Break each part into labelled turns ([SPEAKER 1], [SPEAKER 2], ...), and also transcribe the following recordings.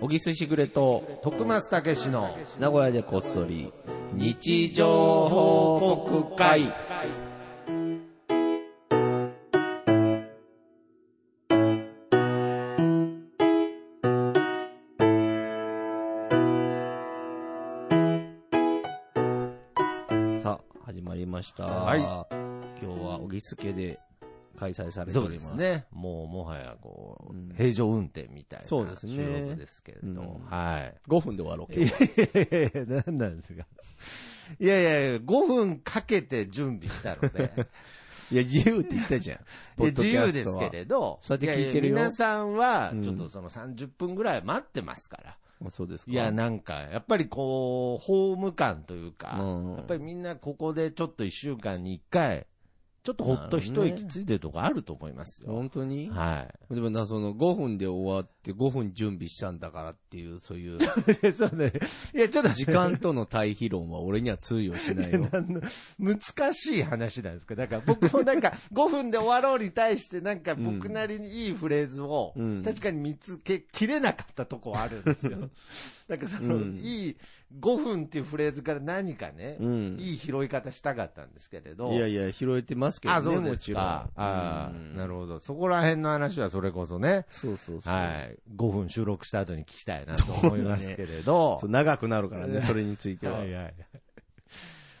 [SPEAKER 1] 小木すしぐれと、
[SPEAKER 2] 徳松たけしの
[SPEAKER 1] 名古屋でこっそり、日常報告会。さあ、始まりました。
[SPEAKER 2] はい
[SPEAKER 1] 今日は小木すけで開催されて
[SPEAKER 2] そ
[SPEAKER 1] お
[SPEAKER 2] う
[SPEAKER 1] り
[SPEAKER 2] で
[SPEAKER 1] ます。
[SPEAKER 2] すね。もうもはやこ
[SPEAKER 1] うん
[SPEAKER 2] う、平常運転みたいな
[SPEAKER 1] そう
[SPEAKER 2] 収
[SPEAKER 1] ですね
[SPEAKER 2] 録ですけれど、
[SPEAKER 1] うん
[SPEAKER 2] は
[SPEAKER 1] 5分で終わろう、
[SPEAKER 2] い。いやいやいや、なんなんですか。いやいやいや、5分かけて準備したの で、
[SPEAKER 1] いや、自由って言ったじゃん。
[SPEAKER 2] いや自由ですけれど、
[SPEAKER 1] そうやって聞いてるよ
[SPEAKER 2] やや皆さんは
[SPEAKER 1] う、ん
[SPEAKER 2] ちょっとその30分ぐらい待ってますから。
[SPEAKER 1] ど。そうですか。
[SPEAKER 2] いや、なんか、やっぱりこう、ホーム感というか、
[SPEAKER 1] うん
[SPEAKER 2] やっぱりみんなここでちょっと1週間に1回、ちょっとほっと一息ついてるとこあると思いますよ。
[SPEAKER 1] 本当に
[SPEAKER 2] は
[SPEAKER 1] でもな、その5分で終わって5分準備したんだからっていう、そういう、
[SPEAKER 2] い。 そうね。いや、ちょっと
[SPEAKER 1] 時 間との対比論は俺には通用しないよ。
[SPEAKER 2] なんの難しい話なんですけど、だから僕もなんか 5分で終わろうに対してなんか僕なりにいいフレーズを
[SPEAKER 1] うん
[SPEAKER 2] 確かに見つけきれなかったとこはあるんです よ。なんかその
[SPEAKER 1] うん
[SPEAKER 2] いい5分っていうフレーズから何かね
[SPEAKER 1] う、ん。
[SPEAKER 2] いい拾い方したかったんですけれど。
[SPEAKER 1] いやいや、拾えてますけどね、
[SPEAKER 2] あ、そう
[SPEAKER 1] も
[SPEAKER 2] で
[SPEAKER 1] ち
[SPEAKER 2] す
[SPEAKER 1] ろん。
[SPEAKER 2] か。あ
[SPEAKER 1] うん
[SPEAKER 2] あ、なるほど。そこら辺の話はそれこそね。
[SPEAKER 1] そうそうそう。
[SPEAKER 2] はい。5分収録した後に聞きたいなと思いますけれど。
[SPEAKER 1] そう長くなるからね、それについ ては。
[SPEAKER 2] はいはい。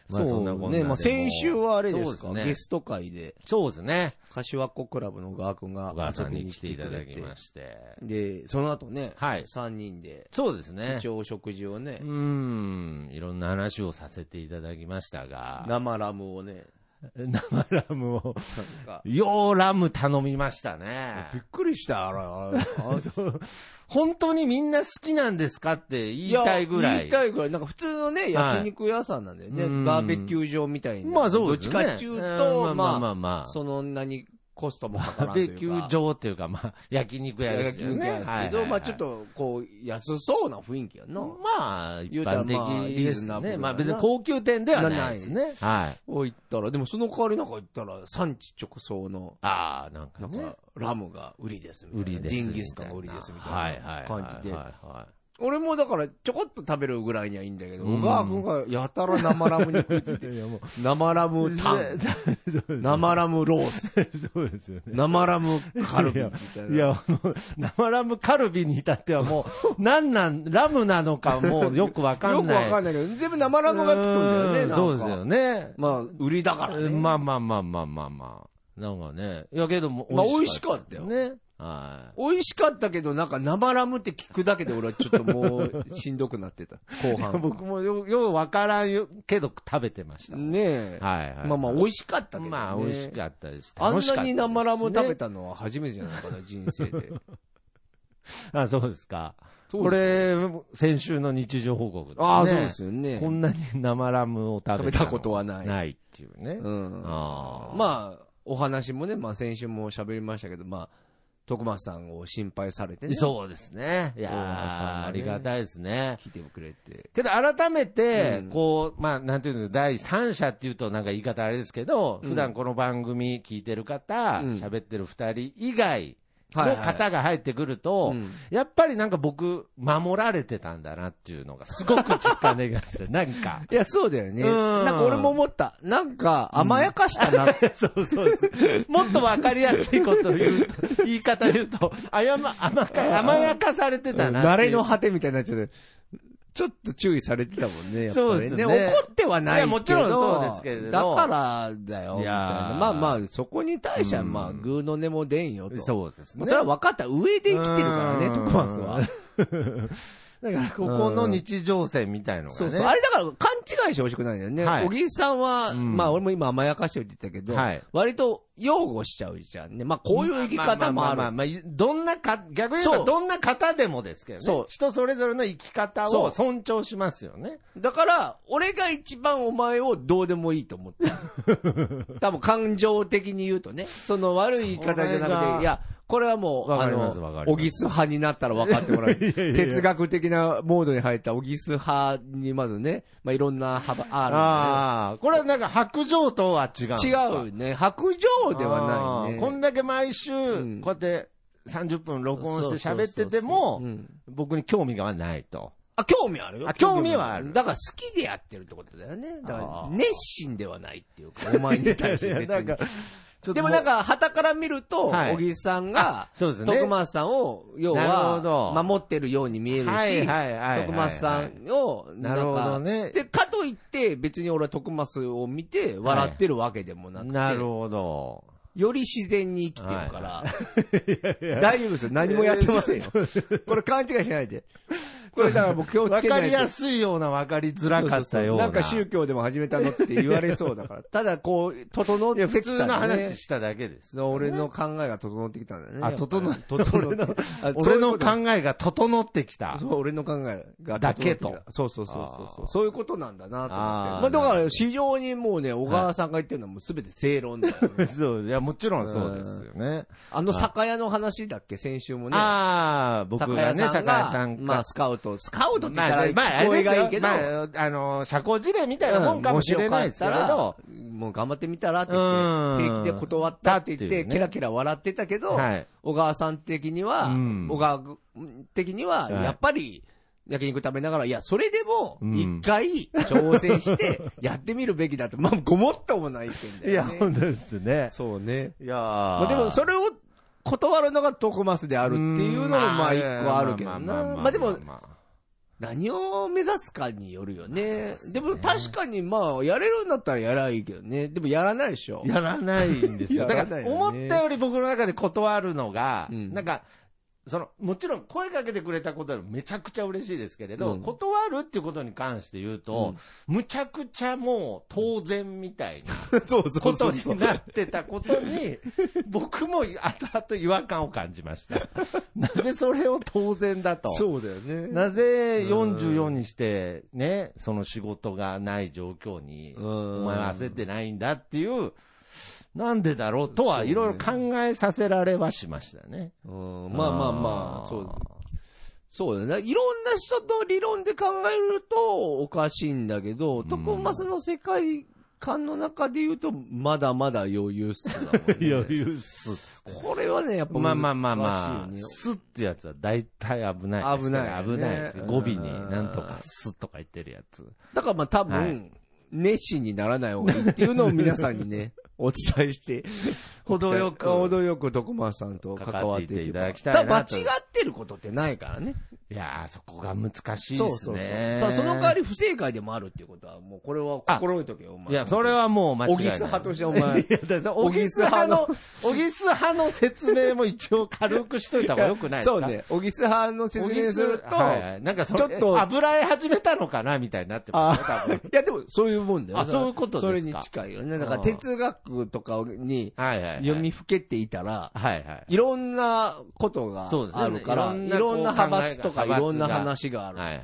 [SPEAKER 2] ま
[SPEAKER 1] そ
[SPEAKER 2] あ
[SPEAKER 1] う
[SPEAKER 2] そんなこんなで
[SPEAKER 1] ね、
[SPEAKER 2] も
[SPEAKER 1] まあ先週はあれです
[SPEAKER 2] そ
[SPEAKER 1] か
[SPEAKER 2] うですね
[SPEAKER 1] ゲスト会で、
[SPEAKER 2] そうですね。
[SPEAKER 1] 柏子クラブの小川君
[SPEAKER 2] 小
[SPEAKER 1] が
[SPEAKER 2] 川
[SPEAKER 1] 遊
[SPEAKER 2] さん
[SPEAKER 1] び
[SPEAKER 2] に
[SPEAKER 1] に
[SPEAKER 2] 来
[SPEAKER 1] 来
[SPEAKER 2] て
[SPEAKER 1] て
[SPEAKER 2] い
[SPEAKER 1] く
[SPEAKER 2] ただ
[SPEAKER 1] れ
[SPEAKER 2] き
[SPEAKER 1] て。
[SPEAKER 2] まして。
[SPEAKER 1] で、その後ね、
[SPEAKER 2] はい
[SPEAKER 1] 3人で、
[SPEAKER 2] そうですね
[SPEAKER 1] 一。応お食事をね
[SPEAKER 2] う、ん。いろんな話をさせていただきましたが。
[SPEAKER 1] 生ラムをね、
[SPEAKER 2] 生ラムを。
[SPEAKER 1] なんか、
[SPEAKER 2] ようラム頼みましたね。
[SPEAKER 1] びっくりした、あれ、あれあ
[SPEAKER 2] そう本当にみんな好きなんですかって言いたいぐらい。
[SPEAKER 1] や言いたいぐらい。なんか普通のね、焼肉屋さんなんだよね。
[SPEAKER 2] うん
[SPEAKER 1] バーベキュー場みたいな。
[SPEAKER 2] まあそうですね。
[SPEAKER 1] どっちかっていうと、
[SPEAKER 2] ん
[SPEAKER 1] まあ、
[SPEAKER 2] まあまあ。
[SPEAKER 1] その何、コストもかから
[SPEAKER 2] バ
[SPEAKER 1] ん
[SPEAKER 2] ー
[SPEAKER 1] とい
[SPEAKER 2] ベ
[SPEAKER 1] うか。
[SPEAKER 2] キュー場っていうか、まあ、焼肉屋で
[SPEAKER 1] 焼
[SPEAKER 2] すよ
[SPEAKER 1] 肉
[SPEAKER 2] ね。
[SPEAKER 1] 屋ですけど、まあちょっ、と、こう、安そうな雰囲気やな。
[SPEAKER 2] まあ、一
[SPEAKER 1] 言うたら
[SPEAKER 2] 般
[SPEAKER 1] まあ
[SPEAKER 2] 的
[SPEAKER 1] リ
[SPEAKER 2] で
[SPEAKER 1] ーズ
[SPEAKER 2] す
[SPEAKER 1] ナブル
[SPEAKER 2] ね。
[SPEAKER 1] な
[SPEAKER 2] まあ別に高級店ではないですね。はい。
[SPEAKER 1] お行ったら、でもその代わりなんか行ったら、産地直送の、
[SPEAKER 2] ああ、なん
[SPEAKER 1] な
[SPEAKER 2] か
[SPEAKER 1] ん
[SPEAKER 2] ね
[SPEAKER 1] か、。ラムが売りですみたいな。
[SPEAKER 2] 売りです
[SPEAKER 1] ジ
[SPEAKER 2] みたいな。
[SPEAKER 1] ンギスカンが売りですみたいな感じで
[SPEAKER 2] はい。はいはいはい
[SPEAKER 1] 俺もだから、ちょこっと食べるぐらいにはいいんだけど、
[SPEAKER 2] うん
[SPEAKER 1] 小川君がやたら生ラムに食いつ いて、生ラムタ ン、生ラムロース、
[SPEAKER 2] そうですよね。
[SPEAKER 1] 生ラムカルビみたいな。
[SPEAKER 2] いや、もう、生ラムカルビに至ってはも う、なんなん、ラムなのかもうよくわか
[SPEAKER 1] よ
[SPEAKER 2] ん
[SPEAKER 1] く
[SPEAKER 2] ない。
[SPEAKER 1] わかんないけど、全部生ラムがつくんだよね、な
[SPEAKER 2] う
[SPEAKER 1] んか
[SPEAKER 2] そうですよね。
[SPEAKER 1] まあ、売りだからね。
[SPEAKER 2] まあまあまあまあまあまあ。なんかね。いやけども、
[SPEAKER 1] まあ美味しかったよ
[SPEAKER 2] ね。はい。
[SPEAKER 1] 美味しかったけど、なんか生ラムって聞くだけで俺はちょっともう、しんどくなってた。後半。
[SPEAKER 2] 僕もよ、ようわからんよ、けど食べてました。
[SPEAKER 1] ねえ。
[SPEAKER 2] はいはい。
[SPEAKER 1] まあまあ、美味しかったけどね。
[SPEAKER 2] まあ美味しかったです。
[SPEAKER 1] あ
[SPEAKER 2] 楽
[SPEAKER 1] ん
[SPEAKER 2] しかった
[SPEAKER 1] な
[SPEAKER 2] です
[SPEAKER 1] に生ラム食べ
[SPEAKER 2] ね。
[SPEAKER 1] たのは初めてじゃないかな、人生 で。
[SPEAKER 2] あ、そうですか。
[SPEAKER 1] そう
[SPEAKER 2] こ
[SPEAKER 1] です
[SPEAKER 2] れ、先週の日常報告ですね。
[SPEAKER 1] ああ、そうですよね。
[SPEAKER 2] こんなに生ラムを食
[SPEAKER 1] 食
[SPEAKER 2] べ
[SPEAKER 1] べ
[SPEAKER 2] た
[SPEAKER 1] た
[SPEAKER 2] の
[SPEAKER 1] ことはない。
[SPEAKER 2] ないっていうね。
[SPEAKER 1] うん。
[SPEAKER 2] ああ。
[SPEAKER 1] まあ、お話もね、まあ先週も喋りましたけど、まあ、徳松さんを心配されてね。
[SPEAKER 2] そうですね。いや
[SPEAKER 1] 大原さんが
[SPEAKER 2] ー
[SPEAKER 1] ね
[SPEAKER 2] ありがたいですね。
[SPEAKER 1] 来てくれて。
[SPEAKER 2] けど改めて
[SPEAKER 1] うん、
[SPEAKER 2] こう、まあ、なんていうの、第三者っていうとなんか言い方あれですけど、
[SPEAKER 1] うん
[SPEAKER 2] 普段この番組聞いてる方、
[SPEAKER 1] うん
[SPEAKER 2] 喋ってる二人以外の
[SPEAKER 1] はいはい
[SPEAKER 2] 方が入ってくると、
[SPEAKER 1] うん
[SPEAKER 2] やっぱりなんか僕、守られてたんだなっていうのがすごく実感できました。 なんか。
[SPEAKER 1] いや、そうだよね。
[SPEAKER 2] うん
[SPEAKER 1] なんか俺も思った。なんか甘やかしたな。
[SPEAKER 2] そうそうです。もっとわかりやすいことを言うと、言い方言うと、あやま、甘か、甘やかされてたなって
[SPEAKER 1] 慣れ
[SPEAKER 2] いう。
[SPEAKER 1] の果てみたいになっちゃって。ちょっと注意されてたもんね、やっぱり
[SPEAKER 2] そうですね
[SPEAKER 1] 怒ってはないけど。
[SPEAKER 2] いやもちろんそうですけれど
[SPEAKER 1] だからだよ、み
[SPEAKER 2] い
[SPEAKER 1] たい
[SPEAKER 2] やー
[SPEAKER 1] な。まあまあ、そこに対しては、
[SPEAKER 2] うん
[SPEAKER 1] まあ、ぐうの音も出んよと。
[SPEAKER 2] そうです
[SPEAKER 1] まあ
[SPEAKER 2] ね。
[SPEAKER 1] それは分かった上で生きてるからね、
[SPEAKER 2] うん
[SPEAKER 1] 徳松は。
[SPEAKER 2] だから、ここの日常線みたいのがね。
[SPEAKER 1] そうそう。あれだから勘違いしてほしくないんだよね。
[SPEAKER 2] はい
[SPEAKER 1] 小木さんは、
[SPEAKER 2] うん
[SPEAKER 1] まあ俺も今甘やかしておいて言ったけど、
[SPEAKER 2] はい
[SPEAKER 1] 割と擁護しちゃうじゃんね。まあこういう生き方もある。
[SPEAKER 2] まままあまあどんなか、逆に言え
[SPEAKER 1] そ
[SPEAKER 2] ば
[SPEAKER 1] う
[SPEAKER 2] どんな方でもですけどね。
[SPEAKER 1] そう
[SPEAKER 2] 人それぞれの生き方
[SPEAKER 1] そ
[SPEAKER 2] を
[SPEAKER 1] う
[SPEAKER 2] 尊重しますよね。
[SPEAKER 1] だから、俺が一番お前をどうでもいいと思って る多分感情的に言うとね。その悪い言い方じゃ
[SPEAKER 2] それ
[SPEAKER 1] なく
[SPEAKER 2] が
[SPEAKER 1] て、いや、これはもう、
[SPEAKER 2] わ
[SPEAKER 1] あ
[SPEAKER 2] かりますわ
[SPEAKER 1] の
[SPEAKER 2] か、ります
[SPEAKER 1] オギス派になったら分かって もらう。哲学的なモードに入ったオギス派にまずね、まあいろんな幅あ
[SPEAKER 2] ああ、これはなんか白状とは違うんです
[SPEAKER 1] るん
[SPEAKER 2] か
[SPEAKER 1] だね。違うね。白状ではない
[SPEAKER 2] あー
[SPEAKER 1] ね。
[SPEAKER 2] こんだけ毎週、
[SPEAKER 1] ん
[SPEAKER 2] こうやって、 30分録音して喋ってて
[SPEAKER 1] う
[SPEAKER 2] も、
[SPEAKER 1] ん。
[SPEAKER 2] 僕に興味がないと。
[SPEAKER 1] あ、興味あるよ。
[SPEAKER 2] あ興味はある
[SPEAKER 1] だから好きでやってるってことだよね。だか
[SPEAKER 2] あ
[SPEAKER 1] ら
[SPEAKER 2] ー
[SPEAKER 1] 熱心ではないっていうか、お前に対して 別
[SPEAKER 2] いやいや
[SPEAKER 1] に
[SPEAKER 2] なん。かちょっと
[SPEAKER 1] でもなん、か、旗から見ると、
[SPEAKER 2] はい
[SPEAKER 1] 小木さんが、
[SPEAKER 2] そうですね。
[SPEAKER 1] 徳松さんを、要
[SPEAKER 2] なるほ
[SPEAKER 1] は、
[SPEAKER 2] ど
[SPEAKER 1] 守ってるように見える
[SPEAKER 2] はい
[SPEAKER 1] し、
[SPEAKER 2] はいはいはい
[SPEAKER 1] 徳松さんを、
[SPEAKER 2] なんる
[SPEAKER 1] か
[SPEAKER 2] ほどね。
[SPEAKER 1] で、かといって、別に俺は徳松を見て、笑ってるわけでもなくて、
[SPEAKER 2] なる ほど。
[SPEAKER 1] より自然に生きてるから、 大丈夫ですよ。何もやってま せんよ。これ勘違いしないで。これだから僕気をつ
[SPEAKER 2] わ
[SPEAKER 1] けな
[SPEAKER 2] か
[SPEAKER 1] いと
[SPEAKER 2] りやすいような、わかりづらか
[SPEAKER 1] そう
[SPEAKER 2] ったような。
[SPEAKER 1] そうそうなんか宗教でも始めたのって言われそう だから。ただこう、整っ
[SPEAKER 2] いや、
[SPEAKER 1] てきた、
[SPEAKER 2] 普
[SPEAKER 1] ね。
[SPEAKER 2] 通の話しただけです。
[SPEAKER 1] そう俺の考えが整ってきたんだね。
[SPEAKER 2] あ整っ
[SPEAKER 1] 整ってあそうい
[SPEAKER 2] 俺
[SPEAKER 1] う
[SPEAKER 2] の
[SPEAKER 1] こと
[SPEAKER 2] 考えが整ってきた。
[SPEAKER 1] そう、俺の考えが。
[SPEAKER 2] だけと。
[SPEAKER 1] そうそうそうそうそ
[SPEAKER 2] あー
[SPEAKER 1] う。そういうことなんだなと思って。
[SPEAKER 2] あー
[SPEAKER 1] まあだか
[SPEAKER 2] なるほ
[SPEAKER 1] ら、
[SPEAKER 2] ど
[SPEAKER 1] 市場にもうね、小川さんが言ってるのはもうすべて正論だよね、
[SPEAKER 2] そう、いや、もちろんそうですよね。
[SPEAKER 1] あの酒屋の話だっけ、先週もね。
[SPEAKER 2] ああ、僕がね、酒屋さんが。
[SPEAKER 1] まあ、スカウト。スカウトって言ったら
[SPEAKER 2] まあ、まあ、あ
[SPEAKER 1] 聞こ
[SPEAKER 2] れ
[SPEAKER 1] え
[SPEAKER 2] で
[SPEAKER 1] が
[SPEAKER 2] す
[SPEAKER 1] いい
[SPEAKER 2] よ
[SPEAKER 1] け。ど。
[SPEAKER 2] まあ、あの、社交辞令みたいなも
[SPEAKER 1] うん
[SPEAKER 2] かもしれないですけれど。、
[SPEAKER 1] もしよかったらもう頑張ってみたらって言って、
[SPEAKER 2] うん
[SPEAKER 1] 平気で断ったって言っ
[SPEAKER 2] だってい
[SPEAKER 1] て、
[SPEAKER 2] うね
[SPEAKER 1] ケラケラ笑ってたけど、
[SPEAKER 2] はい
[SPEAKER 1] 小川さん的には、
[SPEAKER 2] うん
[SPEAKER 1] 小川的には、
[SPEAKER 2] はい
[SPEAKER 1] やっぱり、焼肉食べながら、いや、それでも、
[SPEAKER 2] う
[SPEAKER 1] 一
[SPEAKER 2] ん
[SPEAKER 1] 回挑戦して、 やってみるべきだと。まあ、ごもっともない意見
[SPEAKER 2] い
[SPEAKER 1] だよ
[SPEAKER 2] や、
[SPEAKER 1] ね。
[SPEAKER 2] 本当ですね。
[SPEAKER 1] そうね。
[SPEAKER 2] いや
[SPEAKER 1] まあ、でも、それを断るのがトコマスであるっていうのも、まあ、一個あるけどな。まあ、でも、何を目指すかによるよね。でも確かにまあ、やれるんだったらやらないいけどね。でもやらないでしょ。
[SPEAKER 2] やらないんですよ。
[SPEAKER 1] やら
[SPEAKER 2] だ
[SPEAKER 1] ない
[SPEAKER 2] か
[SPEAKER 1] よね
[SPEAKER 2] ら、思ったより僕の中で断るのが、
[SPEAKER 1] うん
[SPEAKER 2] なんか、その、もちろん声かけてくれたことはめちゃくちゃ嬉しいですけれど、
[SPEAKER 1] うん
[SPEAKER 2] 断るっていうことに関して言うと、むちゃくちゃもう当然みたいな
[SPEAKER 1] そう そ
[SPEAKER 2] こ
[SPEAKER 1] うそ
[SPEAKER 2] と
[SPEAKER 1] うそう。
[SPEAKER 2] になってたことに、僕も後々違和感を感じました。なぜそれを当然だと。
[SPEAKER 1] そうだよね。
[SPEAKER 2] なぜ44にして、ね、その仕事がない状況に、
[SPEAKER 1] うん
[SPEAKER 2] お前は焦ってないんだっていう、なんでだろうとは、いろいろ考えさせられはしましたね。
[SPEAKER 1] うん、まあまあまあ、
[SPEAKER 2] ー
[SPEAKER 1] そう。そうだね。いろんな人と理論で考えるとおかしいんだけど、トコマスの世界観の中で言うと、まだまだ 余裕っすだもんね
[SPEAKER 2] 余裕っす。
[SPEAKER 1] これはね、やっぱ難しい
[SPEAKER 2] ま
[SPEAKER 1] よ
[SPEAKER 2] あ
[SPEAKER 1] ね。
[SPEAKER 2] まあまあまあ、すってやつは大体危ないですから。
[SPEAKER 1] 危ないよね
[SPEAKER 2] 危ないです。語尾に
[SPEAKER 1] うん
[SPEAKER 2] なんとかすとか言ってるやつ。
[SPEAKER 1] だからまあ多分、
[SPEAKER 2] はい
[SPEAKER 1] 熱心にならない方がいいっていうのを皆さんに ね、お伝えして、
[SPEAKER 2] 程よく
[SPEAKER 1] 程よく徳間さんと関わっていけば
[SPEAKER 2] 関わっていただきたいなと
[SPEAKER 1] だから間違ってることってないからね。
[SPEAKER 2] いやー、そこが難しい
[SPEAKER 1] そう
[SPEAKER 2] です
[SPEAKER 1] そうそう。
[SPEAKER 2] ね。
[SPEAKER 1] さあ、その代わり不正解でもあるっていうことは、もうこれは心にとけよ、お前。
[SPEAKER 2] いや、それはもう間違い
[SPEAKER 1] オ
[SPEAKER 2] ない。
[SPEAKER 1] ギス派としてお前。
[SPEAKER 2] いや、だからオギス派の、オギス派の説明も一応軽くしといた方がよくないですか
[SPEAKER 1] そう。ね。オギス派の説
[SPEAKER 2] オギ
[SPEAKER 1] 明
[SPEAKER 2] ス
[SPEAKER 1] すると、
[SPEAKER 2] はいはいなんかそ
[SPEAKER 1] ちょ
[SPEAKER 2] の
[SPEAKER 1] っと
[SPEAKER 2] え油絵始めたのかなみたいになってますね、
[SPEAKER 1] あ
[SPEAKER 2] 多分。
[SPEAKER 1] いやでもそういうもんだよ。
[SPEAKER 2] あそういうことですか
[SPEAKER 1] それに近いよね。だから哲学とかに
[SPEAKER 2] はいはいはい。
[SPEAKER 1] 読みふけていたら、
[SPEAKER 2] はいはい。
[SPEAKER 1] いろんなことが
[SPEAKER 2] そうですね
[SPEAKER 1] あるから、
[SPEAKER 2] いろん
[SPEAKER 1] い
[SPEAKER 2] な
[SPEAKER 1] ろんな
[SPEAKER 2] こう
[SPEAKER 1] 派閥とかい
[SPEAKER 2] 考えが
[SPEAKER 1] ろんな話がある。
[SPEAKER 2] はいはい。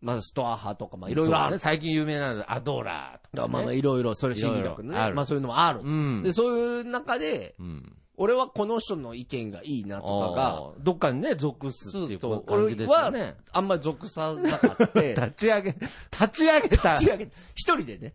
[SPEAKER 1] まあ、ストア派とか、まあ、い
[SPEAKER 2] い
[SPEAKER 1] ろいろある。
[SPEAKER 2] 最近有名なのはアドラーと
[SPEAKER 1] ま
[SPEAKER 2] か
[SPEAKER 1] あ
[SPEAKER 2] ね。
[SPEAKER 1] まあ、いろいろ、それ心理学
[SPEAKER 2] いろ
[SPEAKER 1] の
[SPEAKER 2] いろあ
[SPEAKER 1] ね。
[SPEAKER 2] る
[SPEAKER 1] まあ、そういうのもある
[SPEAKER 2] う。ん。
[SPEAKER 1] で、そういう中で、
[SPEAKER 2] うん。
[SPEAKER 1] 俺はこの人の意見がいいなとかが、
[SPEAKER 2] あーどっかにね、属すっていう
[SPEAKER 1] そう
[SPEAKER 2] 感じですよね。
[SPEAKER 1] あんまり属さなかった。
[SPEAKER 2] 立ち上げ、立ち上げた。
[SPEAKER 1] 違うけど一人でね。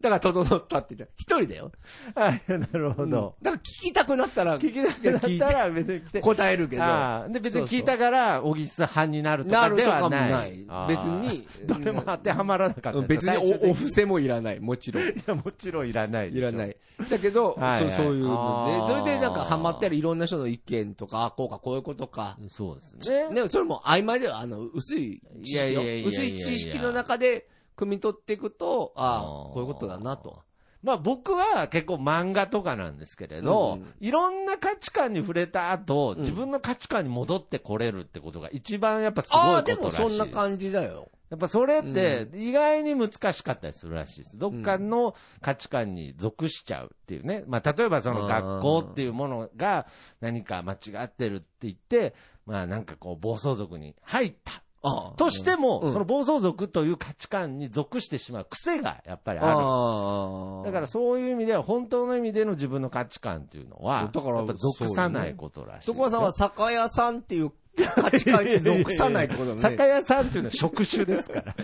[SPEAKER 1] だから、整ったって言った。一人だよ。
[SPEAKER 2] はい、なるほ
[SPEAKER 1] うん
[SPEAKER 2] ど。
[SPEAKER 1] だから、聞きたくなったら、
[SPEAKER 2] 聞き出しだったら別に来て。
[SPEAKER 1] 答えるけど、
[SPEAKER 2] ああ、で、別
[SPEAKER 1] そ
[SPEAKER 2] に
[SPEAKER 1] うそう
[SPEAKER 2] 聞いたから、小木さん派になると
[SPEAKER 1] な
[SPEAKER 2] か
[SPEAKER 1] る
[SPEAKER 2] で
[SPEAKER 1] とか
[SPEAKER 2] は
[SPEAKER 1] も
[SPEAKER 2] ない。
[SPEAKER 1] ない。
[SPEAKER 2] ああ
[SPEAKER 1] 別。に、
[SPEAKER 2] どれも当てはまらなかった
[SPEAKER 1] うん
[SPEAKER 2] です
[SPEAKER 1] 別に
[SPEAKER 2] 最終的
[SPEAKER 1] お、お布施もいらない。もちろん。
[SPEAKER 2] いや、もちろんいらないでしょ。
[SPEAKER 1] いらない。だけど、
[SPEAKER 2] はいはい
[SPEAKER 1] そうそういうので、
[SPEAKER 2] あー
[SPEAKER 1] それでなんかハマったり、いろんな人の意見とか、あこうか、こういうことか。
[SPEAKER 2] そうですね。
[SPEAKER 1] でもそれも曖昧では、あの、薄い知
[SPEAKER 2] いや
[SPEAKER 1] 識
[SPEAKER 2] い
[SPEAKER 1] よ
[SPEAKER 2] やいやいやい。や
[SPEAKER 1] 薄い知識の中で、汲み取っていくと、あ
[SPEAKER 2] あ
[SPEAKER 1] あ、こ
[SPEAKER 2] ー
[SPEAKER 1] ういうことだなと。
[SPEAKER 2] まあ僕は結構漫画とかなんですけれど、
[SPEAKER 1] うん
[SPEAKER 2] いろんな価値観に触れた後、
[SPEAKER 1] ん
[SPEAKER 2] 自分の価値観に戻ってこれるってことが一番やっぱすごいこと
[SPEAKER 1] ああ
[SPEAKER 2] ら
[SPEAKER 1] ー、
[SPEAKER 2] しい
[SPEAKER 1] で
[SPEAKER 2] です。
[SPEAKER 1] もそんな感じだよ。
[SPEAKER 2] やっぱそれって意外に難しかったりするらしいです。どっかの価値観に属しちゃうっていうね。まあ例えばその学校っていうものが何か間違ってるって言って、まあなんかこう暴走族に入った。
[SPEAKER 1] ああ
[SPEAKER 2] としても、
[SPEAKER 1] うん
[SPEAKER 2] その暴走族という価値観に属してしまう癖がやっぱりあ
[SPEAKER 1] あ
[SPEAKER 2] る。
[SPEAKER 1] あ。
[SPEAKER 2] だからそういう意味では、本当の意味での自分の価値観っていうのは、
[SPEAKER 1] だから
[SPEAKER 2] やっぱ属さないことらしいですよ。
[SPEAKER 1] 徳川さんは酒屋さんっていう価値観に属さないって ことだね。
[SPEAKER 2] 酒屋さんっていうのは職種です から。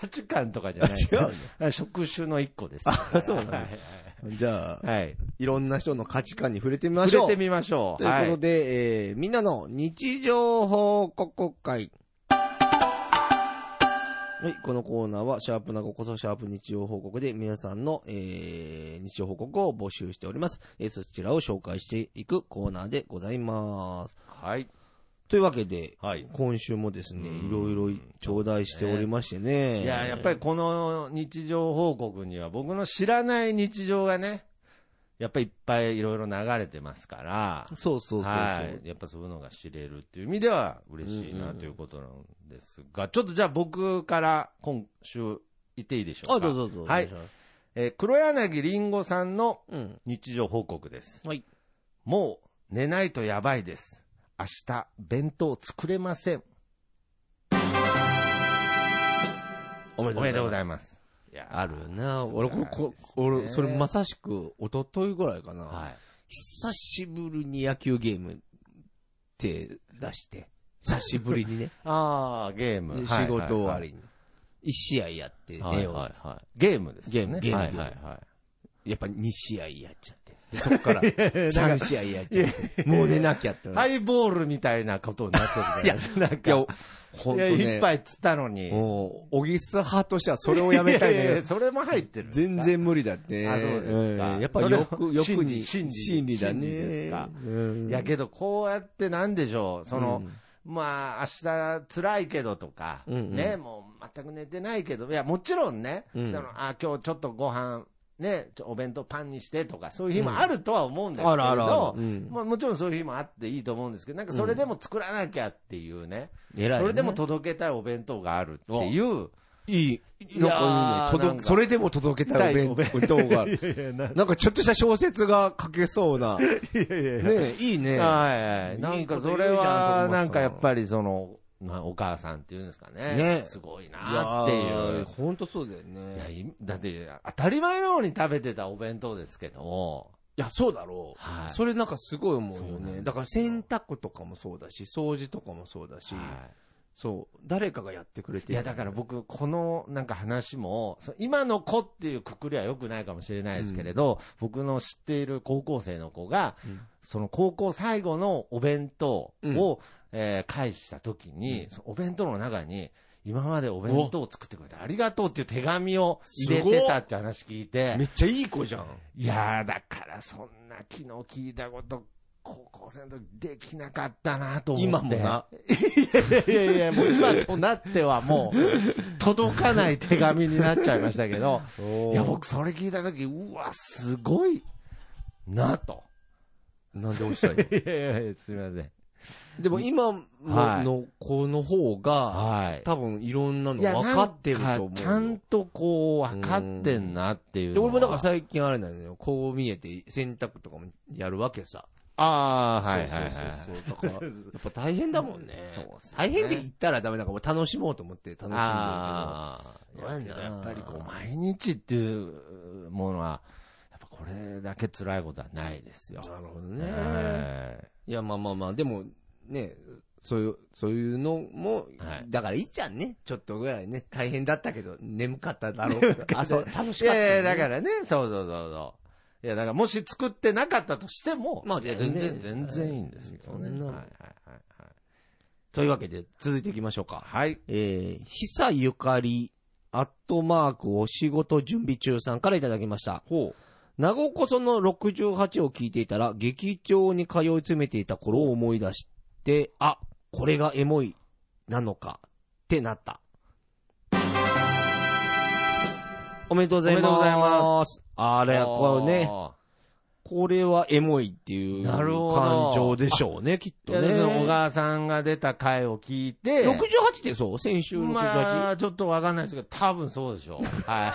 [SPEAKER 2] 価値観とかじゃないですよ
[SPEAKER 1] あ違う
[SPEAKER 2] 職種の一個ですから。
[SPEAKER 1] あそうなんだ
[SPEAKER 2] はい
[SPEAKER 1] じゃあ、
[SPEAKER 2] はい。はい
[SPEAKER 1] いろんな人の価値観に触れてみましょ
[SPEAKER 2] 触
[SPEAKER 1] う。
[SPEAKER 2] れてみましょう。
[SPEAKER 1] ということ
[SPEAKER 2] は
[SPEAKER 1] で、えーみんなの日常報告会。はい、このコーナーは、シャープなごこそシャープ日常報告で皆さんの、えー日常報告を募集しております。えーそちらを紹介していくコーナーでございます。
[SPEAKER 2] はい。
[SPEAKER 1] というわけで、
[SPEAKER 2] はい
[SPEAKER 1] 今週もですね、
[SPEAKER 2] うん
[SPEAKER 1] いろいろ頂戴しておりましてね。
[SPEAKER 2] いや、やっぱりこの日常報告には、僕の知らない日常がね、やっぱりいっぱいいろいろ流れてますから、
[SPEAKER 1] そうそうそうそう。
[SPEAKER 2] はい。やっぱそういうのが知れるっていう意味では嬉しい
[SPEAKER 1] うんうん
[SPEAKER 2] な
[SPEAKER 1] うん
[SPEAKER 2] ということなんですが、ちょっとじゃあ僕から今週言っていいでしょうか。
[SPEAKER 1] あ、どうぞどうぞ。
[SPEAKER 2] はい。えー黒柳りんごさんの
[SPEAKER 1] うん。
[SPEAKER 2] 日常報告です。
[SPEAKER 1] はい。
[SPEAKER 2] もう寝ないとやばいです。明日、弁当作れません。
[SPEAKER 1] お
[SPEAKER 2] おめでとうござ
[SPEAKER 1] い
[SPEAKER 2] います。いやー
[SPEAKER 1] あるよな。
[SPEAKER 2] そう
[SPEAKER 1] 俺、
[SPEAKER 2] なん
[SPEAKER 1] こ、
[SPEAKER 2] です
[SPEAKER 1] こ
[SPEAKER 2] ね
[SPEAKER 1] 俺、それまさしく、一昨日ぐらいかな。
[SPEAKER 2] はい。
[SPEAKER 1] 久しぶりに野球ゲーム手出して、久しぶりにね、
[SPEAKER 2] ああ、ゲーム。
[SPEAKER 1] 仕事終
[SPEAKER 2] は
[SPEAKER 1] わ
[SPEAKER 2] い
[SPEAKER 1] りに。一試合やって、
[SPEAKER 2] はいはい
[SPEAKER 1] ね
[SPEAKER 2] はいはいゲームですよね。
[SPEAKER 1] ゲーム
[SPEAKER 2] は
[SPEAKER 1] ゲ
[SPEAKER 2] い
[SPEAKER 1] ーム
[SPEAKER 2] はいは
[SPEAKER 1] やっぱ二試合やっちゃって。でそっ から三試合やっちゃって。もう寝なきゃって
[SPEAKER 2] い。
[SPEAKER 1] な
[SPEAKER 2] ハ
[SPEAKER 1] って。
[SPEAKER 2] イボールみたいなことになってるじゃないですか。なん
[SPEAKER 1] いや
[SPEAKER 2] か、、
[SPEAKER 1] ほん
[SPEAKER 2] い
[SPEAKER 1] と
[SPEAKER 2] や、
[SPEAKER 1] ね。
[SPEAKER 2] 一杯つったのに。
[SPEAKER 1] もう、小木さ派としてはそれをやめたい
[SPEAKER 2] ややや
[SPEAKER 1] ね。
[SPEAKER 2] それも入ってるんですか。
[SPEAKER 1] 全然無理だって。
[SPEAKER 2] あそうですか
[SPEAKER 1] んやっぱ
[SPEAKER 2] それ
[SPEAKER 1] 欲、欲に、
[SPEAKER 2] 心理
[SPEAKER 1] 心理だ
[SPEAKER 2] 心理
[SPEAKER 1] ね
[SPEAKER 2] ですか。
[SPEAKER 1] うん
[SPEAKER 2] いやけど、こうやってなんでしょう、その、まあ、明日辛いけどとか、
[SPEAKER 1] うんうん
[SPEAKER 2] ね、もう全く寝てないけど、いや、もちろんね、
[SPEAKER 1] うん
[SPEAKER 2] そのあ今日ちょっとご飯ね、ちょお弁当パンにしてとか、そういう日もあるとは思うんですけれど、
[SPEAKER 1] あらあらあらうん
[SPEAKER 2] まあ、もちろんそういう日もあっていいと思うんですけど、なんかそれでも作らなきゃっていうね、
[SPEAKER 1] 偉いね
[SPEAKER 2] それでも届けたいお弁当があるっていう、
[SPEAKER 1] いい。
[SPEAKER 2] や
[SPEAKER 1] なん
[SPEAKER 2] ー
[SPEAKER 1] かいいね。
[SPEAKER 2] なん
[SPEAKER 1] 届
[SPEAKER 2] か
[SPEAKER 1] それでも届けたいお弁当があ る。なんかちょっとした小説が書けそうな。ねえいいね。
[SPEAKER 2] はいはい、なんかそれは、なんかやっ
[SPEAKER 1] り。
[SPEAKER 2] ぱりその、まあ、お母さんっていうんですかね、
[SPEAKER 1] ね
[SPEAKER 2] すごいなっていう。
[SPEAKER 1] 本当そうだよ
[SPEAKER 2] いや
[SPEAKER 1] ね。い
[SPEAKER 2] いだって、当たり前のように食べてたお弁当ですけど、
[SPEAKER 1] や、そうだろう。
[SPEAKER 2] はい。
[SPEAKER 1] それなんかすごい思う
[SPEAKER 2] そ
[SPEAKER 1] よ
[SPEAKER 2] うなんです
[SPEAKER 1] ね。
[SPEAKER 2] よ
[SPEAKER 1] だから洗濯とかもそうだし、掃除とかもそうだし、
[SPEAKER 2] はい
[SPEAKER 1] そう。誰かがやってくれて
[SPEAKER 2] い
[SPEAKER 1] る
[SPEAKER 2] や、だから僕、このなんか話も、そ今の子っていうくくりは良くないかもしれないですけれど、僕の知っている高校生の子が、
[SPEAKER 1] うん
[SPEAKER 2] その高校最後のお弁当を、
[SPEAKER 1] うん
[SPEAKER 2] えー返した時に、そのお弁当の中に、今までお弁当を作ってくれてありがとうっていう手紙を入れてたって話聞いて、
[SPEAKER 1] めっちゃいい子じゃん。
[SPEAKER 2] いやー、だからそんな昨日聞いたこと、高校生の時できなかったなと思って。
[SPEAKER 1] 今もな。
[SPEAKER 2] いやいや、もう今となってはも う、届かない手紙になっちゃいましたけど、い
[SPEAKER 1] い
[SPEAKER 2] や、僕それ聞いた時、うわ、すごい、なと。
[SPEAKER 1] なんで落ちたの
[SPEAKER 2] いやいや、すみません。
[SPEAKER 1] でも今の
[SPEAKER 2] はい
[SPEAKER 1] の子の方が、
[SPEAKER 2] はい。
[SPEAKER 1] 多分いろんなの
[SPEAKER 2] いや、
[SPEAKER 1] 分かってると
[SPEAKER 2] なん
[SPEAKER 1] 思うよ
[SPEAKER 2] か。ちゃんとこう、分かってんなってい
[SPEAKER 1] で、
[SPEAKER 2] うのは。
[SPEAKER 1] 俺もだから最近あれなのよ。こう見えて洗濯とかもやるわけさ。
[SPEAKER 2] ああ、はいはいはい。
[SPEAKER 1] そうそうそうそう。だ から、やっぱ大変だもんね。
[SPEAKER 2] そうっすね
[SPEAKER 1] 大変で言ったらダメだから、もう楽しもうと思って楽しんでるけど。
[SPEAKER 2] あ
[SPEAKER 1] どうや
[SPEAKER 2] あ
[SPEAKER 1] んな
[SPEAKER 2] やっぱりこう毎日っていうものは、やっぱこれだけ辛いことはないですよ。
[SPEAKER 1] なるほどね。
[SPEAKER 2] え
[SPEAKER 1] いや、まあまあまあ、でも、ね、そういう、そういうのも、
[SPEAKER 2] はい
[SPEAKER 1] だからいいじゃんね。ちょっとぐらいね、大変だったけど、眠かっただろうけど。あ、そう、楽し
[SPEAKER 2] えい
[SPEAKER 1] かった、。
[SPEAKER 2] やいや、だかららね、そうそうそうそう。いや、だからもし作ってなかったとしても、
[SPEAKER 1] まあ
[SPEAKER 2] いや
[SPEAKER 1] 全
[SPEAKER 2] 全
[SPEAKER 1] 然
[SPEAKER 2] 然、全然いいんですけどね。
[SPEAKER 1] そんな
[SPEAKER 2] はいはいはい
[SPEAKER 1] というわけで、続いていきましょうか。
[SPEAKER 2] はい。はい。
[SPEAKER 1] えー、久ゆかり、アットマーク、お仕事準備中さんからいただきました。
[SPEAKER 2] ほ
[SPEAKER 1] 名古こその68を聞いていたら、劇場に通い詰めていた頃を思い出して、あ、これがエモい、なのか、ってなった。おめでとうございます。。
[SPEAKER 2] おめでとうございます
[SPEAKER 1] あれ、これね、これはエモいっていう
[SPEAKER 2] な
[SPEAKER 1] 感
[SPEAKER 2] るほど
[SPEAKER 1] 情でしょうね、きっ
[SPEAKER 2] い
[SPEAKER 1] と
[SPEAKER 2] や
[SPEAKER 1] ね。
[SPEAKER 2] だから小川さんが出た回を聞いて、
[SPEAKER 1] 68ってそう先週68、
[SPEAKER 2] まあ、ちょっとわかんないですけど、多分そうでしょう。 は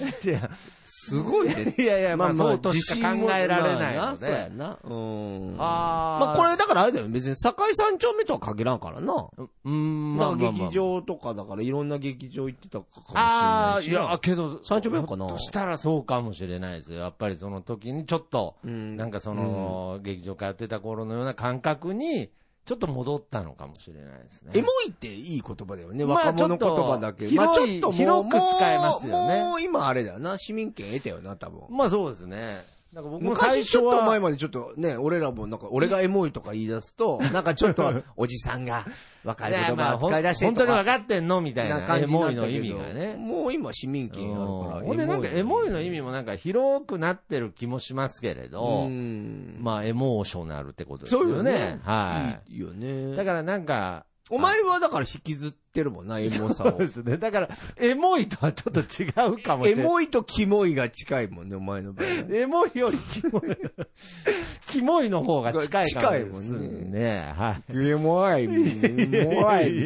[SPEAKER 2] い。いや
[SPEAKER 1] す ごいね。
[SPEAKER 2] いやいや、まあ、そうとしか考えられない
[SPEAKER 1] まあ
[SPEAKER 2] の
[SPEAKER 1] そうや
[SPEAKER 2] で。
[SPEAKER 1] な。うん。
[SPEAKER 2] あー
[SPEAKER 1] まあ、もこれだからあれだよ。別に境三丁目とは限らんからな。
[SPEAKER 2] うん、
[SPEAKER 1] ま
[SPEAKER 2] ま
[SPEAKER 1] あ
[SPEAKER 2] あまあまあ
[SPEAKER 1] 劇場とかだからいろんな劇場行ってたかもしれ
[SPEAKER 2] あ
[SPEAKER 1] な
[SPEAKER 2] あ、
[SPEAKER 1] いし
[SPEAKER 2] い
[SPEAKER 1] な。
[SPEAKER 2] や、けど、
[SPEAKER 1] 三丁目かな
[SPEAKER 2] ひょっとしたらそうかもしれないですよ。やっぱりその時にちょっと、
[SPEAKER 1] うん
[SPEAKER 2] なんかその、劇場通ってた頃のような感覚に、ちょっと戻ったのかもしれないですね。
[SPEAKER 1] エモいっていい言葉だよね。
[SPEAKER 2] まあ
[SPEAKER 1] 若者言葉だけど。
[SPEAKER 2] ちょっと
[SPEAKER 1] ちょっともう
[SPEAKER 2] 広い広く使えますよね
[SPEAKER 1] もうもう今あれだよな。市民権得たよな、多分。
[SPEAKER 2] まあそうですね。なんか僕も最
[SPEAKER 1] 昔
[SPEAKER 2] 初
[SPEAKER 1] ちょっと前
[SPEAKER 2] は、
[SPEAKER 1] までちょっとね、俺らもなんか、俺がエモいとか言い出す と、なんかちょっと、おじさんが若い
[SPEAKER 2] いや
[SPEAKER 1] 言
[SPEAKER 2] ま
[SPEAKER 1] 葉
[SPEAKER 2] あ
[SPEAKER 1] を使い出して
[SPEAKER 2] 本
[SPEAKER 1] と
[SPEAKER 2] 当に
[SPEAKER 1] か
[SPEAKER 2] 分、かってんのみたい
[SPEAKER 1] な
[SPEAKER 2] な、
[SPEAKER 1] 感
[SPEAKER 2] エ
[SPEAKER 1] じにな
[SPEAKER 2] モ
[SPEAKER 1] っ
[SPEAKER 2] い
[SPEAKER 1] た
[SPEAKER 2] の意
[SPEAKER 1] け
[SPEAKER 2] 味
[SPEAKER 1] ど
[SPEAKER 2] がね。
[SPEAKER 1] もう今市民権あるから。
[SPEAKER 2] ほんで、なんか、エモいの意味もなんか、広くなってる気もしますけれど、
[SPEAKER 1] うん。
[SPEAKER 2] まあ、エモーショナルってことですよね。
[SPEAKER 1] そうよね
[SPEAKER 2] はい
[SPEAKER 1] いよ
[SPEAKER 2] い。
[SPEAKER 1] ね。
[SPEAKER 2] だからなんか、
[SPEAKER 1] お前はだから引きずってるもんな、エモさ
[SPEAKER 2] そう
[SPEAKER 1] を
[SPEAKER 2] で。すね。だから、エモいとはちょっと違うかもし
[SPEAKER 1] エ
[SPEAKER 2] れない。
[SPEAKER 1] モいとキモいが近いもんね、お前の場合は。
[SPEAKER 2] エモいよりキモい。 キモいの方が近いかもです
[SPEAKER 1] 近いもん
[SPEAKER 2] ね。は
[SPEAKER 1] エモい、
[SPEAKER 2] い。
[SPEAKER 1] モアイみ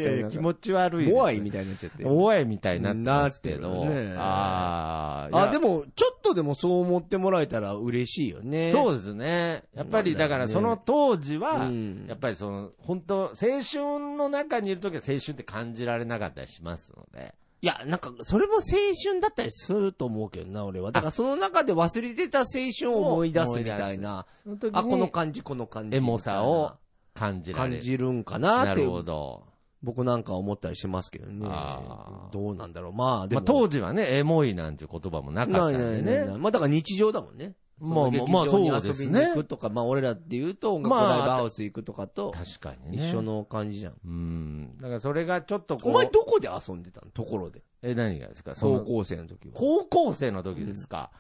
[SPEAKER 1] たいな。
[SPEAKER 2] 気持ち悪い。
[SPEAKER 1] モアイみたいになっちゃって。
[SPEAKER 2] モアイみたいになってますけど。
[SPEAKER 1] なってるね
[SPEAKER 2] ああ。
[SPEAKER 1] あ、で
[SPEAKER 2] も、
[SPEAKER 1] も、ちょっとでもそう思ってもらえたら嬉しいよね。
[SPEAKER 2] そうですね。やっぱり、だからその当時は、
[SPEAKER 1] うん
[SPEAKER 2] やっぱりその、本当青春の中にいるときは青春って感じられなかったりしますので。
[SPEAKER 1] いや、なんか、それも青春だったりすると思うけどな、俺は。だから、その中で忘れてた青春を思い出すみたいな。
[SPEAKER 2] その時
[SPEAKER 1] あ、この
[SPEAKER 2] に
[SPEAKER 1] 感じ、この感じ。
[SPEAKER 2] エモさを感じ
[SPEAKER 1] み
[SPEAKER 2] ら
[SPEAKER 1] たい
[SPEAKER 2] れ
[SPEAKER 1] な感
[SPEAKER 2] る。
[SPEAKER 1] じるんかな
[SPEAKER 2] な
[SPEAKER 1] って
[SPEAKER 2] る、ほど。
[SPEAKER 1] 僕なんか思ったりしますけどね
[SPEAKER 2] あ。ー
[SPEAKER 1] どうなんだろう。まあ、で
[SPEAKER 2] まあ、
[SPEAKER 1] も。
[SPEAKER 2] 当時はね、エモいなんていう言葉もなか
[SPEAKER 1] な
[SPEAKER 2] っ
[SPEAKER 1] い
[SPEAKER 2] た
[SPEAKER 1] ない
[SPEAKER 2] ん
[SPEAKER 1] な
[SPEAKER 2] で
[SPEAKER 1] いな
[SPEAKER 2] ね。
[SPEAKER 1] い。まあ、だから日常だもんね。
[SPEAKER 2] まあ
[SPEAKER 1] その劇
[SPEAKER 2] まあ
[SPEAKER 1] 場に
[SPEAKER 2] そうです
[SPEAKER 1] 遊
[SPEAKER 2] ね
[SPEAKER 1] びに行くとか、まあ、俺らって言うと、音楽
[SPEAKER 2] まあ
[SPEAKER 1] ライブハウス行くとかと、
[SPEAKER 2] 確かに
[SPEAKER 1] 一
[SPEAKER 2] ね。
[SPEAKER 1] 緒の感じじゃん。
[SPEAKER 2] うん。だからそれがちょっとこ
[SPEAKER 1] お
[SPEAKER 2] う。
[SPEAKER 1] 前どこで遊んでたのところで。
[SPEAKER 2] え、何がですかそ
[SPEAKER 1] 高
[SPEAKER 2] の
[SPEAKER 1] 校生の時は。
[SPEAKER 2] 高校生の時ですか。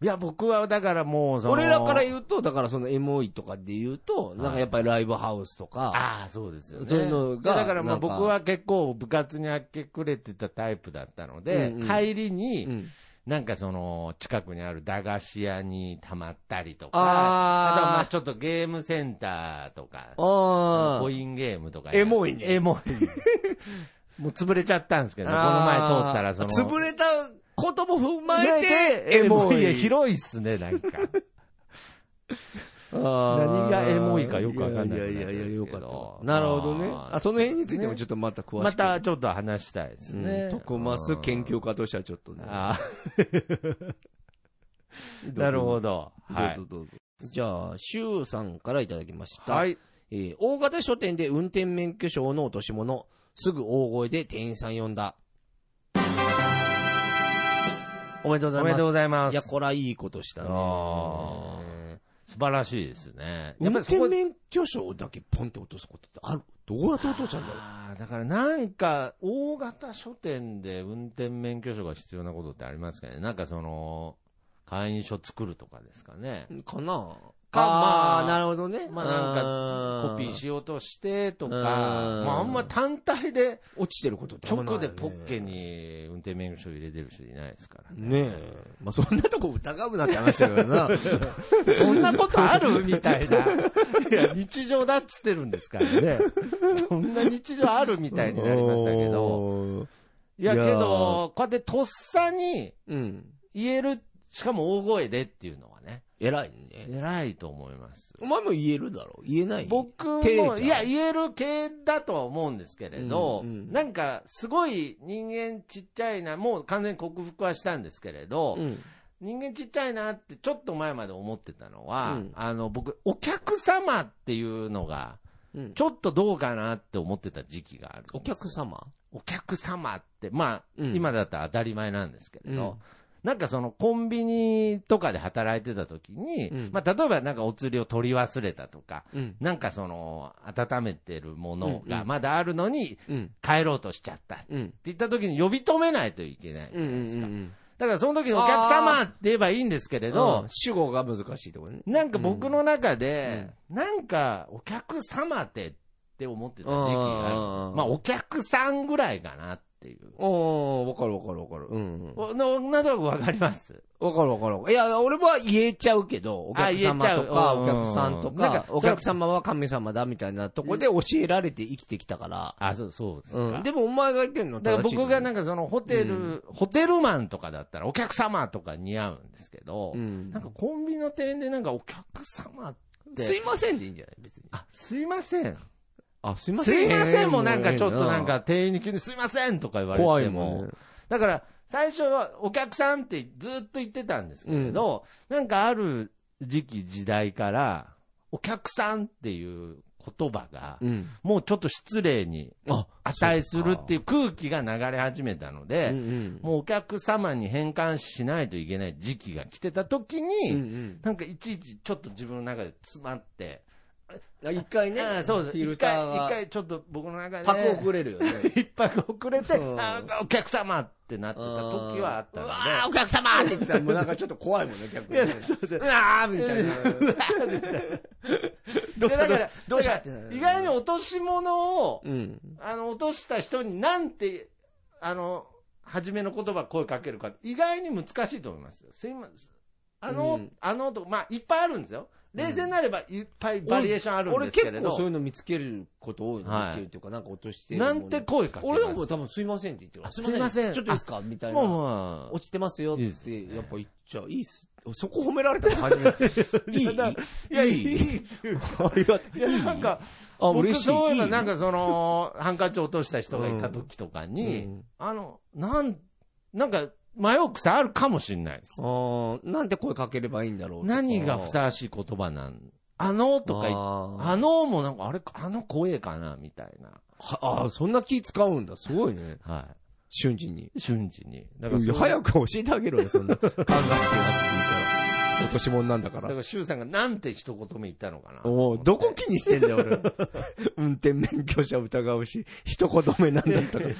[SPEAKER 2] いや、僕はだからもうその、
[SPEAKER 1] 俺らから
[SPEAKER 2] う。
[SPEAKER 1] 言うと、だからそのエモいとかで言うと、なんかやっぱりライブハウスとか、
[SPEAKER 2] ああ、そうですよね。
[SPEAKER 1] そういうのが
[SPEAKER 2] だからま
[SPEAKER 1] な
[SPEAKER 2] あ
[SPEAKER 1] んか
[SPEAKER 2] 僕は結構部活に明け暮れてたタイプだったので、
[SPEAKER 1] うんうん
[SPEAKER 2] 帰り
[SPEAKER 1] う
[SPEAKER 2] に、
[SPEAKER 1] ん
[SPEAKER 2] なんかその、近くにある駄菓子屋に溜まったりとか、
[SPEAKER 1] あー
[SPEAKER 2] とはまあちょっとゲームセンターとか、
[SPEAKER 1] あ
[SPEAKER 2] コ
[SPEAKER 1] ー
[SPEAKER 2] インゲームとか。
[SPEAKER 1] エモいね
[SPEAKER 2] エモい。もう潰れちゃったんですけどね、この前
[SPEAKER 1] あー
[SPEAKER 2] 通ったらその。
[SPEAKER 1] 潰れたことも踏まえて、
[SPEAKER 2] エ
[SPEAKER 1] エ
[SPEAKER 2] モ
[SPEAKER 1] モ
[SPEAKER 2] い。いや、
[SPEAKER 1] い。
[SPEAKER 2] 広いっすね、なんか。
[SPEAKER 1] 何
[SPEAKER 2] 何がエモいかよくわかんない
[SPEAKER 1] いやいやいや、よか
[SPEAKER 2] わかんないですけど
[SPEAKER 1] った。なるほどね。
[SPEAKER 2] あー
[SPEAKER 1] あ、その辺についてもちょっとまた詳しく。
[SPEAKER 2] またちょっと話したいです
[SPEAKER 1] うん、
[SPEAKER 2] ね。
[SPEAKER 1] 徳増研究
[SPEAKER 2] 会。
[SPEAKER 1] 家としてはちょっとね。
[SPEAKER 2] あーなる
[SPEAKER 1] ど
[SPEAKER 2] ほど。
[SPEAKER 1] うぞ。
[SPEAKER 2] は
[SPEAKER 1] ど
[SPEAKER 2] い。
[SPEAKER 1] うぞどうぞ。じゃあ、シュウさんからいただきました。
[SPEAKER 2] はい。
[SPEAKER 1] えー大型書店で運転免許証の落とし物、すぐ大声で店員さん呼んだ。おめでとうござ
[SPEAKER 2] お
[SPEAKER 1] い
[SPEAKER 2] め
[SPEAKER 1] ま
[SPEAKER 2] でとう
[SPEAKER 1] す。
[SPEAKER 2] ございま
[SPEAKER 1] いや、
[SPEAKER 2] す。
[SPEAKER 1] こらいいことしたね
[SPEAKER 2] あ。素晴らしいですね。
[SPEAKER 1] 運
[SPEAKER 2] やっぱりそ
[SPEAKER 1] 転
[SPEAKER 2] こ
[SPEAKER 1] 免許証だけポンって落とすことってあるどうやって落としたんだろう
[SPEAKER 2] あーだからなんか、大型書店で運転免許証が必要なことってありますかね。なんかその、会員証作るとかですかね。
[SPEAKER 1] かな
[SPEAKER 2] かまあ
[SPEAKER 1] ーなるほどね。
[SPEAKER 2] まあなん
[SPEAKER 1] か
[SPEAKER 2] コピーしようとしてとか、
[SPEAKER 1] うん
[SPEAKER 2] まああんま単体で
[SPEAKER 1] 落ちてることってあんまない
[SPEAKER 2] 直
[SPEAKER 1] よね
[SPEAKER 2] でポッケ。に運転免許証入れてる人いないですからね。
[SPEAKER 1] ねえ。まあそんなとこ疑うなって話だからな。
[SPEAKER 2] そんなことあるみ たいな。いや、日常だっつってるんですからね。そんな日常あるみたいになりましたけど。
[SPEAKER 1] ど。
[SPEAKER 2] いや、
[SPEAKER 1] い
[SPEAKER 2] け
[SPEAKER 1] やー
[SPEAKER 2] ど、こうやってとっさに
[SPEAKER 1] うん。
[SPEAKER 2] 言える、しかも大声でっていうのはね、
[SPEAKER 1] 偉いね。
[SPEAKER 2] 偉いと思います。
[SPEAKER 1] お前も言えるだろ言えない
[SPEAKER 2] 僕
[SPEAKER 1] 手じゃ
[SPEAKER 2] も、
[SPEAKER 1] ん
[SPEAKER 2] いや、言える系だとは思うんですけれど、
[SPEAKER 1] うんうん
[SPEAKER 2] なんか、すごい人間ちっちゃいな、もう完全に克服はしたんですけれど、
[SPEAKER 1] うん。
[SPEAKER 2] 人間ちっちゃいなってちょっと前まで思ってたのは、
[SPEAKER 1] うん
[SPEAKER 2] あの、僕、お客様っていうのが、
[SPEAKER 1] うん
[SPEAKER 2] ちょっとどうかなって思ってた時期があるんです。
[SPEAKER 1] お客様
[SPEAKER 2] お客様って、まあ、
[SPEAKER 1] うん
[SPEAKER 2] 今だったら当たり前なんですけれど、なんかそのコンビニとかで働いてた時に、
[SPEAKER 1] うん
[SPEAKER 2] まあ、例えばなんかお釣りを取り忘れたとか、
[SPEAKER 1] うん。
[SPEAKER 2] なんかその、温めてるもの
[SPEAKER 1] うんう
[SPEAKER 2] が
[SPEAKER 1] ん
[SPEAKER 2] まだあるのに、
[SPEAKER 1] うん。
[SPEAKER 2] 帰ろうとしちゃったって
[SPEAKER 1] うん。
[SPEAKER 2] 言った時に呼び止めないといけないじゃないですか。
[SPEAKER 1] ん。
[SPEAKER 2] だからその時にお客様って言えばいいんですけれ
[SPEAKER 1] け
[SPEAKER 2] ど
[SPEAKER 1] ど、、主語が難しいところね。
[SPEAKER 2] なんか僕の中で、なんかお客様ってって思ってた時期があるんです
[SPEAKER 1] あ
[SPEAKER 2] よ。
[SPEAKER 1] ー
[SPEAKER 2] まあお客さんぐらいかなっていう。
[SPEAKER 1] おー、わかるわかるわかる。うん。
[SPEAKER 2] おのなんとなくわかります
[SPEAKER 1] わかるわかるわかる。いや、俺は言えちゃうけど、お
[SPEAKER 2] あ
[SPEAKER 1] 客
[SPEAKER 2] 言え
[SPEAKER 1] 様
[SPEAKER 2] ちゃう
[SPEAKER 1] とか、
[SPEAKER 2] うん
[SPEAKER 1] お客さんと
[SPEAKER 2] なん
[SPEAKER 1] か
[SPEAKER 2] か、
[SPEAKER 1] お客様は神様だみたいなとこで教えられて生きてきたから。
[SPEAKER 2] あ、そう、そうですか。
[SPEAKER 1] うん。
[SPEAKER 2] で
[SPEAKER 1] でもお前が言ってんの
[SPEAKER 2] だから僕
[SPEAKER 1] な
[SPEAKER 2] がなんかそのホテル、ホテルマンとかだったらお客様とか似合うんですけど、
[SPEAKER 1] うん
[SPEAKER 2] なん。かコンビニの店員でなんかお客様って。
[SPEAKER 1] すいませんでいいんじゃない別に。
[SPEAKER 2] あ、すいません。
[SPEAKER 1] あ、すい
[SPEAKER 2] すいませんもなんかちょっとなんか店員に急にすいませんとか言われても。
[SPEAKER 1] 怖いもんね。
[SPEAKER 2] だから、最初はお客さんってずっと言ってたんですけれど、なんかある時期時代から、お客さんっていう言葉が、
[SPEAKER 1] うん。
[SPEAKER 2] もうちょっと失礼に
[SPEAKER 1] あ
[SPEAKER 2] 値するっていう空気が流れ始めたの
[SPEAKER 1] うんう
[SPEAKER 2] で、
[SPEAKER 1] ん。
[SPEAKER 2] もうお客様に変換しないといけない時期が来てた時
[SPEAKER 1] うんう
[SPEAKER 2] に、
[SPEAKER 1] ん
[SPEAKER 2] なんかいちいちちょっと自分の中で詰まって、
[SPEAKER 1] あ一回ね
[SPEAKER 2] ああ、そうです。
[SPEAKER 1] フィル
[SPEAKER 2] 一
[SPEAKER 1] タ
[SPEAKER 2] 回、
[SPEAKER 1] ー
[SPEAKER 2] 一
[SPEAKER 1] が、
[SPEAKER 2] 回ちょっと僕の中で、
[SPEAKER 1] パク遅れるよね。
[SPEAKER 2] 一泊遅れて、
[SPEAKER 1] うん
[SPEAKER 2] あお客様ってなってた時はあったの
[SPEAKER 1] う
[SPEAKER 2] で
[SPEAKER 1] わ。ーお客様って言ってたら、もうなんかちょっと怖いもんね、逆に。
[SPEAKER 2] いやそうです
[SPEAKER 1] うわーみたいな。どうした
[SPEAKER 2] で
[SPEAKER 1] ど
[SPEAKER 2] だ
[SPEAKER 1] うし
[SPEAKER 2] から
[SPEAKER 1] たどうした
[SPEAKER 2] だから意外に、落とし物を、
[SPEAKER 1] うん。
[SPEAKER 2] あの、落とした人になんて、あの、初めの言葉声かけるか、意外に難しいと思いますよ。すいません。あの、
[SPEAKER 1] うん
[SPEAKER 2] あのと、まあ、いっぱいあるんですよ。冷静になればいっぱいバリエーションあるん
[SPEAKER 1] 俺
[SPEAKER 2] ですけ
[SPEAKER 1] 結
[SPEAKER 2] れ
[SPEAKER 1] 構そうい
[SPEAKER 2] ど、
[SPEAKER 1] うの見つけること多い
[SPEAKER 2] はい
[SPEAKER 1] なっていうとか、なんか落としてるも
[SPEAKER 2] な
[SPEAKER 1] の
[SPEAKER 2] んて声かけます
[SPEAKER 1] 俺でも多分すいませんって言ってるわ
[SPEAKER 2] あすいません
[SPEAKER 1] ちょっといいですかみたい
[SPEAKER 2] もう
[SPEAKER 1] な。
[SPEAKER 2] まあ、
[SPEAKER 1] 落ちてますよっ
[SPEAKER 2] いいです
[SPEAKER 1] て、やっぱ言っちゃう。いいっす。そこ褒められたの初めて。いい
[SPEAKER 2] いや、い
[SPEAKER 1] いい
[SPEAKER 2] い。
[SPEAKER 1] ありがと
[SPEAKER 2] いや、なん
[SPEAKER 1] あ、
[SPEAKER 2] か、僕
[SPEAKER 1] 嬉しい。
[SPEAKER 2] そういえば、なん
[SPEAKER 1] か、
[SPEAKER 2] かその、ハンカチ落とした人がいた時とかに、
[SPEAKER 1] うん
[SPEAKER 2] あの、なん、なんか、迷う癖あるかもしれないです
[SPEAKER 1] あ。ーなんて声かければいいんだろうとか。
[SPEAKER 2] 何がふさわしい言葉なんあのとか言って、
[SPEAKER 1] あ
[SPEAKER 2] あのもなんか、あれ、あの声かなみたいな。
[SPEAKER 1] ーあー、そんな気使うんだ。すごいね。
[SPEAKER 2] は
[SPEAKER 1] 瞬時に。
[SPEAKER 2] い。瞬時に。だから、
[SPEAKER 1] 早く
[SPEAKER 2] く。
[SPEAKER 1] 教えてあげろよ、そ んな。考えてなくていいから。落とし物なんだか。
[SPEAKER 2] だからら、シュウさんがなんて一言目言ったのかな。
[SPEAKER 1] おうどこ気にしてんだよ、俺。運転免許証疑うし、一言目なんだったら。
[SPEAKER 2] い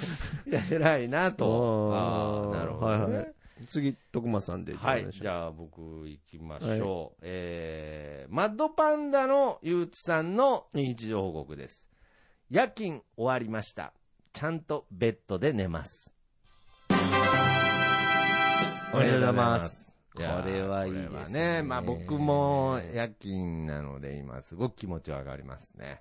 [SPEAKER 2] や偉いなと。あ
[SPEAKER 1] あー
[SPEAKER 2] あ、なるほど、ね。
[SPEAKER 1] はいはい次、徳間さんで。
[SPEAKER 2] はい、じ
[SPEAKER 1] あ。
[SPEAKER 2] ゃあ僕行きましょう。えー、マッドパンダのゆうつさんの日常報告です。夜勤終わりました。ちゃんとベッドで寝ます。。
[SPEAKER 1] おめでとうございます
[SPEAKER 2] こ
[SPEAKER 1] いやー
[SPEAKER 2] れはいいです
[SPEAKER 1] これは
[SPEAKER 2] ね。
[SPEAKER 1] ね
[SPEAKER 2] まあ僕も夜勤なので今すごく気持ちは上がりますね。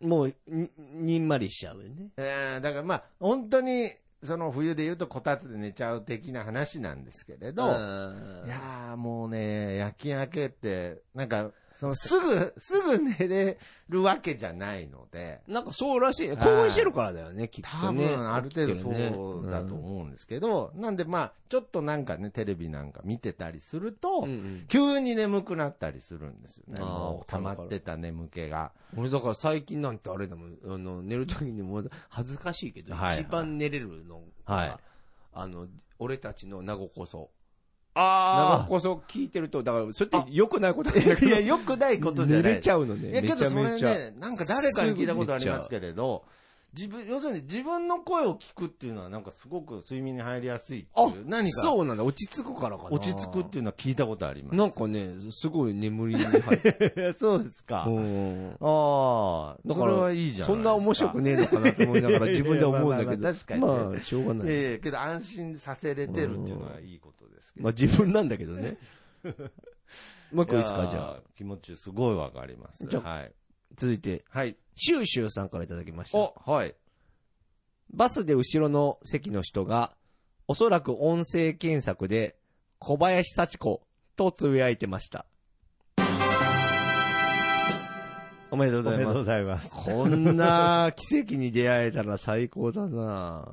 [SPEAKER 1] もう、に、にんまりしちゃうよね。
[SPEAKER 2] えー、だからまあ本当にその冬で言うとこたつで寝ちゃう的な話なんですけれ
[SPEAKER 1] う
[SPEAKER 2] ど、
[SPEAKER 1] ん
[SPEAKER 2] いやーもうね、夜勤明けって、なんか、そのすぐ、すぐ寝れるわけじゃないので、
[SPEAKER 1] なんかそうらしいね。興奮してるからだよね、きっ
[SPEAKER 2] 多
[SPEAKER 1] とね。
[SPEAKER 2] 分ある程度
[SPEAKER 1] 起きてね
[SPEAKER 2] そうだと思うんですけど、なんでまあ、ちょっとなんかね、テレビなんか見てたりすると、
[SPEAKER 1] うんうん
[SPEAKER 2] 急に眠くなったりするんですよね。
[SPEAKER 1] あー
[SPEAKER 2] もう溜ま
[SPEAKER 1] わかる
[SPEAKER 2] ってた眠気が。
[SPEAKER 1] 俺だから最近なんてあれだもん、あの、寝るときにもう恥ずかしいけど、
[SPEAKER 2] はい
[SPEAKER 1] 一番寝れるのが、
[SPEAKER 2] はい
[SPEAKER 1] あの、俺たちの名護こそ。名
[SPEAKER 2] あ
[SPEAKER 1] 護こそ聞いてると、だから、それって良く ないことだけ
[SPEAKER 2] いや、
[SPEAKER 1] ど、
[SPEAKER 2] 良くない ことじゃ
[SPEAKER 1] 寝
[SPEAKER 2] ない。
[SPEAKER 1] れちゃうのね。
[SPEAKER 2] いや、け
[SPEAKER 1] めち
[SPEAKER 2] ど
[SPEAKER 1] ゃ
[SPEAKER 2] それ
[SPEAKER 1] めちゃ。
[SPEAKER 2] ね、なんか誰かに聞いたことありますけれど、自分、要するに自分の声を聞くっていうのはなんかすごく睡眠に入りやすいっていう、何か
[SPEAKER 1] そうなんだ、落ち着くからかな。
[SPEAKER 2] 落ち着くっていうのは聞いたことあります。
[SPEAKER 1] なんかね、すごい眠りに入って。
[SPEAKER 2] そうですか
[SPEAKER 1] うん
[SPEAKER 2] ああ、
[SPEAKER 1] だ
[SPEAKER 2] だ
[SPEAKER 1] か
[SPEAKER 2] からら、はいいじゃな
[SPEAKER 1] そ
[SPEAKER 2] い
[SPEAKER 1] んな面白くねえのかなと思いな がら自分で思うんだけ
[SPEAKER 2] いやいや
[SPEAKER 1] ど。
[SPEAKER 2] まあまあ確かにね
[SPEAKER 1] まあ、しょうがない。
[SPEAKER 2] ええけど安心させれてるっていうのはいいことですけど。
[SPEAKER 1] まあ自分なんだけど ね。もう一個いいですか、じゃあ。
[SPEAKER 2] あ。気持ちすごいわかります。
[SPEAKER 1] じゃあ
[SPEAKER 2] はい。
[SPEAKER 1] 続いて、
[SPEAKER 2] はい。
[SPEAKER 1] シューシューさんからいただきました。
[SPEAKER 2] お、はい。
[SPEAKER 1] バスで後ろの席の人が、おそらく音声検索で、小林幸子とつぶやいてました。おめでとうございます。
[SPEAKER 2] ざいます。
[SPEAKER 1] こんな奇跡に出会えたら最高だな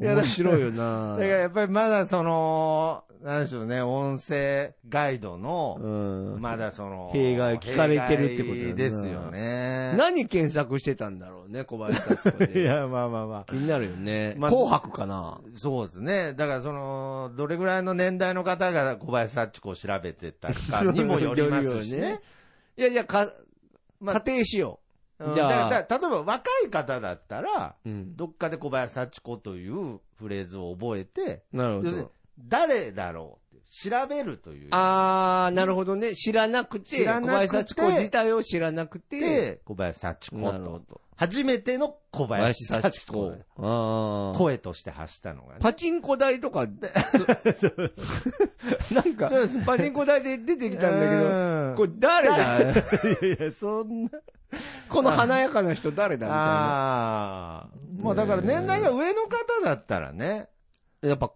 [SPEAKER 1] ぁ
[SPEAKER 2] いやだ
[SPEAKER 1] 面白いよな
[SPEAKER 2] だからやっぱりまだその、なんでしょうね、音声ガイドの、
[SPEAKER 1] うん。
[SPEAKER 2] まだその、
[SPEAKER 1] 弊害聞かれてるってことだよ
[SPEAKER 2] 弊害
[SPEAKER 1] な
[SPEAKER 2] ですよね。
[SPEAKER 1] 何検索してたんだろうね、小林幸子
[SPEAKER 2] い
[SPEAKER 1] で。
[SPEAKER 2] や、まあまあまあ
[SPEAKER 1] 気。になるよね。
[SPEAKER 2] まあ
[SPEAKER 1] 紅白か な
[SPEAKER 2] そうですね。だからその、どれぐらいの年代の方が小林幸子を調べてたかにも よりますし
[SPEAKER 1] よるよ
[SPEAKER 2] ね。。
[SPEAKER 1] いやいや、か、
[SPEAKER 2] まあ
[SPEAKER 1] 仮定しよ
[SPEAKER 2] うん
[SPEAKER 1] じゃあ
[SPEAKER 2] だからだ例えば若い方だったら、
[SPEAKER 1] う。うん。
[SPEAKER 2] どっかで小林幸子というフレーズを覚えて、
[SPEAKER 1] なるほ
[SPEAKER 2] 要するに
[SPEAKER 1] ど。
[SPEAKER 2] 誰だろうって調べるという。
[SPEAKER 1] あー、なるほどね。知らなくて、
[SPEAKER 2] 知
[SPEAKER 1] 小
[SPEAKER 2] らなくて
[SPEAKER 1] 林幸子自体を知らなくて、
[SPEAKER 2] で、小林幸子
[SPEAKER 1] なるほ
[SPEAKER 2] と。初めての小林幸子。。
[SPEAKER 1] あー。
[SPEAKER 2] 声として発したのがね。
[SPEAKER 1] パチンコ台と か、そなんか
[SPEAKER 2] そうですね、
[SPEAKER 1] パチンコ台で出てきたんだけど、
[SPEAKER 2] だ
[SPEAKER 1] これ誰だ
[SPEAKER 2] いやいや、そんな。
[SPEAKER 1] この華やかな人誰だみたいな。
[SPEAKER 2] ああ。もうだから年代が上の方だったらね。
[SPEAKER 1] やっぱ、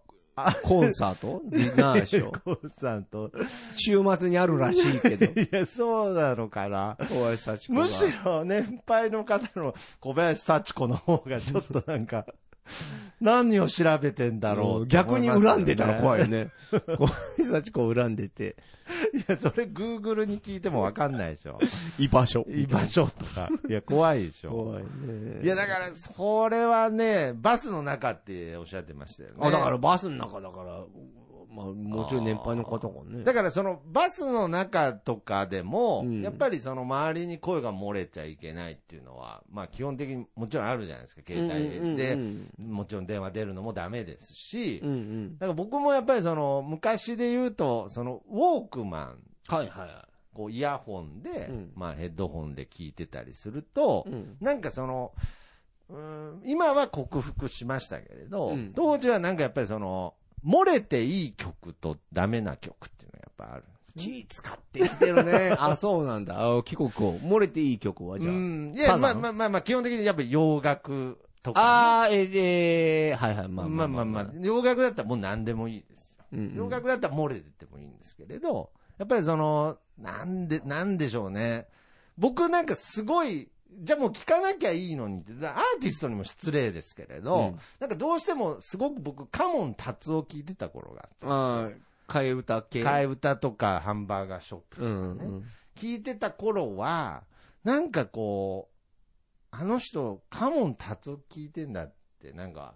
[SPEAKER 1] コンサートディナーショー。
[SPEAKER 2] コンさんと。
[SPEAKER 1] 週末にあるらしいけど。
[SPEAKER 2] いや、そうなのかな。
[SPEAKER 1] 小林幸子が。
[SPEAKER 2] むしろ年配の方の小林幸子の方がちょっとなん か、何を調べてんだろうって思
[SPEAKER 1] 逆
[SPEAKER 2] います
[SPEAKER 1] に
[SPEAKER 2] よね、
[SPEAKER 1] 恨んでたら怖いよね。 小林幸子を恨んでて、
[SPEAKER 2] いや、それ Google に聞いてもわかんないでしょ。
[SPEAKER 1] 居場所。
[SPEAKER 2] 居場所とか。いや、怖いでしょ。
[SPEAKER 1] 怖いね。
[SPEAKER 2] いや、だから、それはね、バスの中っておっしゃってましたよね。
[SPEAKER 1] あ、だからバスの中だから、まあ、もうちょい年配の方がね。
[SPEAKER 2] だからそのバスの中とかでも、
[SPEAKER 1] うん
[SPEAKER 2] やっぱりその周りに声が漏れちゃいけないっていうのは、まあ基本的にもちろんあるじゃないですか、携帯で。
[SPEAKER 1] うん
[SPEAKER 2] もちろん電話出るのもダメですし、
[SPEAKER 1] うんうん。うんうん
[SPEAKER 2] だから僕もやっぱりその昔で言うと、そのウォークマン、
[SPEAKER 1] はいは
[SPEAKER 2] こうイヤホンで、
[SPEAKER 1] うん
[SPEAKER 2] まあヘッドホンで聞いてたりすると、
[SPEAKER 1] い。うん
[SPEAKER 2] なんかその、うーん今は克服しましたけれど、
[SPEAKER 1] うん
[SPEAKER 2] 当時はなんかやっぱりその、漏れていい曲とダメな曲っていうのがやっぱあるんですね。
[SPEAKER 1] 気使ってきてる ね。あ、そうなんだ。あ帰国を。漏れていい曲はじゃ
[SPEAKER 2] うん。い
[SPEAKER 1] サ
[SPEAKER 2] や、ま
[SPEAKER 1] ザ
[SPEAKER 2] あ
[SPEAKER 1] ン
[SPEAKER 2] まあまあまあ、基本的にやっぱり洋楽とか、ね。
[SPEAKER 1] あ。あー、えー、えー、はいはい、ま
[SPEAKER 2] ま
[SPEAKER 1] あ
[SPEAKER 2] あまあまあ、洋楽だったらもう何でもいいですよ。
[SPEAKER 1] うんうん
[SPEAKER 2] 洋楽だったら漏れててもいいんですけれど、やっぱりその、なんで、なんでしょうね。僕なんかすごい、じゃあもう聞かなきゃいいのにって、だアーティストにも失礼ですけれど、
[SPEAKER 1] うん
[SPEAKER 2] なんかどうしてもすごく僕、カモン達を聞いてた頃があっ
[SPEAKER 1] あ
[SPEAKER 2] て、
[SPEAKER 1] あ、替え歌系。
[SPEAKER 2] 替え歌とかハンバーガーショップと
[SPEAKER 1] う
[SPEAKER 2] かね、
[SPEAKER 1] んうん。
[SPEAKER 2] 聞いてた頃は、なんかこう、あの人、カモン達夫聞いてんだって、なんか、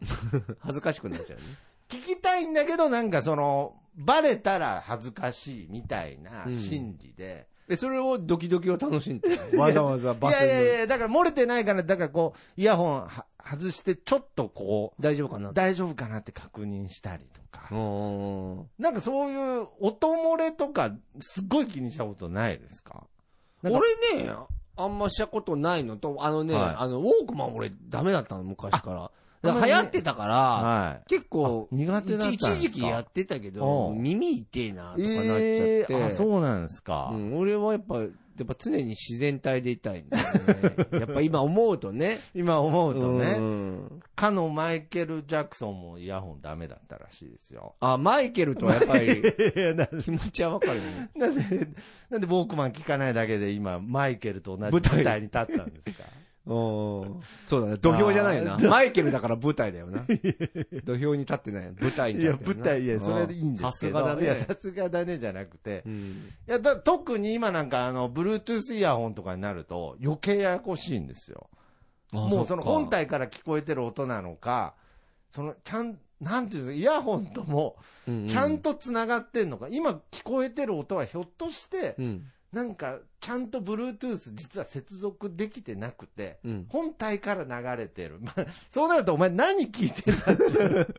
[SPEAKER 1] 恥ずかしくなっちゃうね。
[SPEAKER 2] 聞きたいんだけど、なんかその、バレたら恥ずかしいみたいな
[SPEAKER 1] うん
[SPEAKER 2] 心理で。
[SPEAKER 1] え、それをドキドキを楽しんでる。わざわざ
[SPEAKER 2] い
[SPEAKER 1] バス
[SPEAKER 2] や
[SPEAKER 1] に
[SPEAKER 2] いやいや、だから漏れてないから、だからこう、イヤホンは外して、ちょっとこ
[SPEAKER 1] 大丈夫かな
[SPEAKER 2] う、大丈夫かなって確認したりとか。
[SPEAKER 1] おー
[SPEAKER 2] なんかそういう音漏れとか、すっごい気にしたことないですかなんか
[SPEAKER 1] 俺ね、あんましたことないのと、あのね、
[SPEAKER 2] はい
[SPEAKER 1] あの、ウォークマン俺ダメだったの、昔から。だから流行ってたから、
[SPEAKER 2] は
[SPEAKER 1] 結構、
[SPEAKER 2] あ苦手だったんですか
[SPEAKER 1] 一一時期やってたけ
[SPEAKER 2] お
[SPEAKER 1] ど、
[SPEAKER 2] う
[SPEAKER 1] 耳痛えな、と
[SPEAKER 2] い。
[SPEAKER 1] かなっちゃって。
[SPEAKER 2] えーあ、そうなんですか。
[SPEAKER 1] うん、俺はやっぱ、やっぱ常に自然体でいたいんだよ ね。やっぱ今思うとね。
[SPEAKER 2] 今思うと
[SPEAKER 1] う
[SPEAKER 2] ね、
[SPEAKER 1] ん
[SPEAKER 2] かのマイケル・ジャクソンもイヤホンダメだったらしいですよ。
[SPEAKER 1] あ、マイケルとはやっぱり
[SPEAKER 2] なんで、
[SPEAKER 1] 気持ちはわかるよね。
[SPEAKER 2] なんで、なんで、ウォークマン聞かないだけで今、マイケルと同じ
[SPEAKER 1] 舞
[SPEAKER 2] 舞
[SPEAKER 1] 台
[SPEAKER 2] 台に立ったんですか
[SPEAKER 1] うん。そうだね。土俵じゃないよな。マイケルだから舞台だよ な。土俵に立ってない。舞台に
[SPEAKER 2] い
[SPEAKER 1] 立
[SPEAKER 2] や、
[SPEAKER 1] ってる
[SPEAKER 2] 舞
[SPEAKER 1] な
[SPEAKER 2] 台、いや、それでいいんで
[SPEAKER 1] さ
[SPEAKER 2] すけ
[SPEAKER 1] す
[SPEAKER 2] ど。
[SPEAKER 1] がだ
[SPEAKER 2] いや、
[SPEAKER 1] ね
[SPEAKER 2] さ。すがだね、じゃなくて
[SPEAKER 1] う。ん。
[SPEAKER 2] いや、だ特に今なんか、あの、Bluetooth イヤホンとかになると、余計ややこしいんですよ。もうその本体から聞こえてる音なのか、その、ちゃん、なんていうの、イヤホンとも、
[SPEAKER 1] うん、
[SPEAKER 2] ちゃんと繋がってんのか、今聞こえてる音はひょっとして
[SPEAKER 1] う、ん。
[SPEAKER 2] なんか、ちゃんと Bluetooth 実は接続できてなくて、
[SPEAKER 1] うん。
[SPEAKER 2] 本体から流れてる。 まあ、そうなるとお前何聞いてんだっていう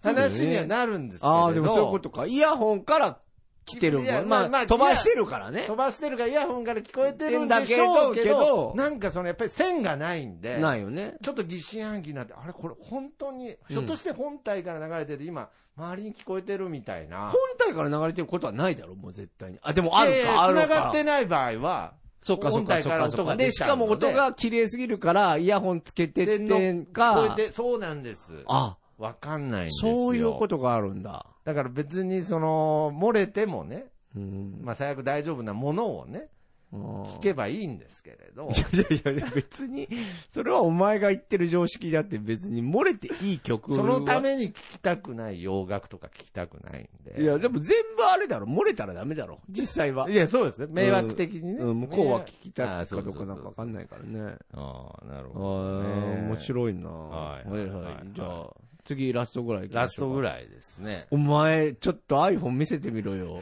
[SPEAKER 1] そうだよね
[SPEAKER 2] 話にはなるんですけれど。
[SPEAKER 1] ああ、でもそういうことか。イヤホンから来てるも
[SPEAKER 2] いや
[SPEAKER 1] ん。
[SPEAKER 2] まあ
[SPEAKER 1] ま
[SPEAKER 2] ま
[SPEAKER 1] あ、
[SPEAKER 2] あ
[SPEAKER 1] 飛ばしてるからね
[SPEAKER 2] 飛。ばしてるからイヤホンから聞こえてるんでしょうけど、
[SPEAKER 1] けど
[SPEAKER 2] なんかそのやっぱり線がないんで、
[SPEAKER 1] ないよね。
[SPEAKER 2] ちょっと疑心暗鬼になって、あれこれ本当に、ひょっとして本体から流れてて今、周りに聞こえてるみたいな
[SPEAKER 1] 本。体から流れてることはないだろ、もう絶対に。あ、でもある
[SPEAKER 2] いやいや
[SPEAKER 1] か、あるか。
[SPEAKER 2] 繋がってない場合は、
[SPEAKER 1] そっかそっかそ
[SPEAKER 2] 本体
[SPEAKER 1] っ
[SPEAKER 2] から
[SPEAKER 1] かそ
[SPEAKER 2] 音
[SPEAKER 1] っか。
[SPEAKER 2] が
[SPEAKER 1] で、
[SPEAKER 2] 出
[SPEAKER 1] し
[SPEAKER 2] ちゃ
[SPEAKER 1] か
[SPEAKER 2] うの
[SPEAKER 1] も
[SPEAKER 2] で
[SPEAKER 1] 音が綺麗すぎるから、イヤホンつけてってん
[SPEAKER 2] 聞こ
[SPEAKER 1] か
[SPEAKER 2] え、て、そうなんです。
[SPEAKER 1] あ、
[SPEAKER 2] わかんないんですよ。
[SPEAKER 1] そういうことがあるんだ。
[SPEAKER 2] だから別にその、漏れてもね、
[SPEAKER 1] うん。
[SPEAKER 2] まあ最悪大丈夫なものをね、聞けばいいんですけれど。
[SPEAKER 1] いやいやいや、別に、それはお前が言ってる常識であって別に漏れていい曲は
[SPEAKER 2] そのた。めに聞きたくない洋楽とか聞きたくないんで。
[SPEAKER 1] いや、でも全部あれだろ。漏れたらダメだろ。実際は。
[SPEAKER 2] いや、そう ですね。迷惑的にね。
[SPEAKER 1] うん、向こうは聞きたい
[SPEAKER 2] あ
[SPEAKER 1] か
[SPEAKER 2] ーそう
[SPEAKER 1] ど
[SPEAKER 2] そう
[SPEAKER 1] うかなんかわかんないからね。
[SPEAKER 2] そうああ、な
[SPEAKER 1] あ
[SPEAKER 2] る
[SPEAKER 1] あ、
[SPEAKER 2] ほどね。
[SPEAKER 1] 面白いな
[SPEAKER 2] はい
[SPEAKER 1] はい
[SPEAKER 2] はい
[SPEAKER 1] は
[SPEAKER 2] はい
[SPEAKER 1] い。じゃあ、次ラストぐらい行きま
[SPEAKER 2] ラ
[SPEAKER 1] し
[SPEAKER 2] ス
[SPEAKER 1] ょう
[SPEAKER 2] ト
[SPEAKER 1] か
[SPEAKER 2] ぐらいですね。
[SPEAKER 1] お前、ちょっと iPhone 見せてみろ よ。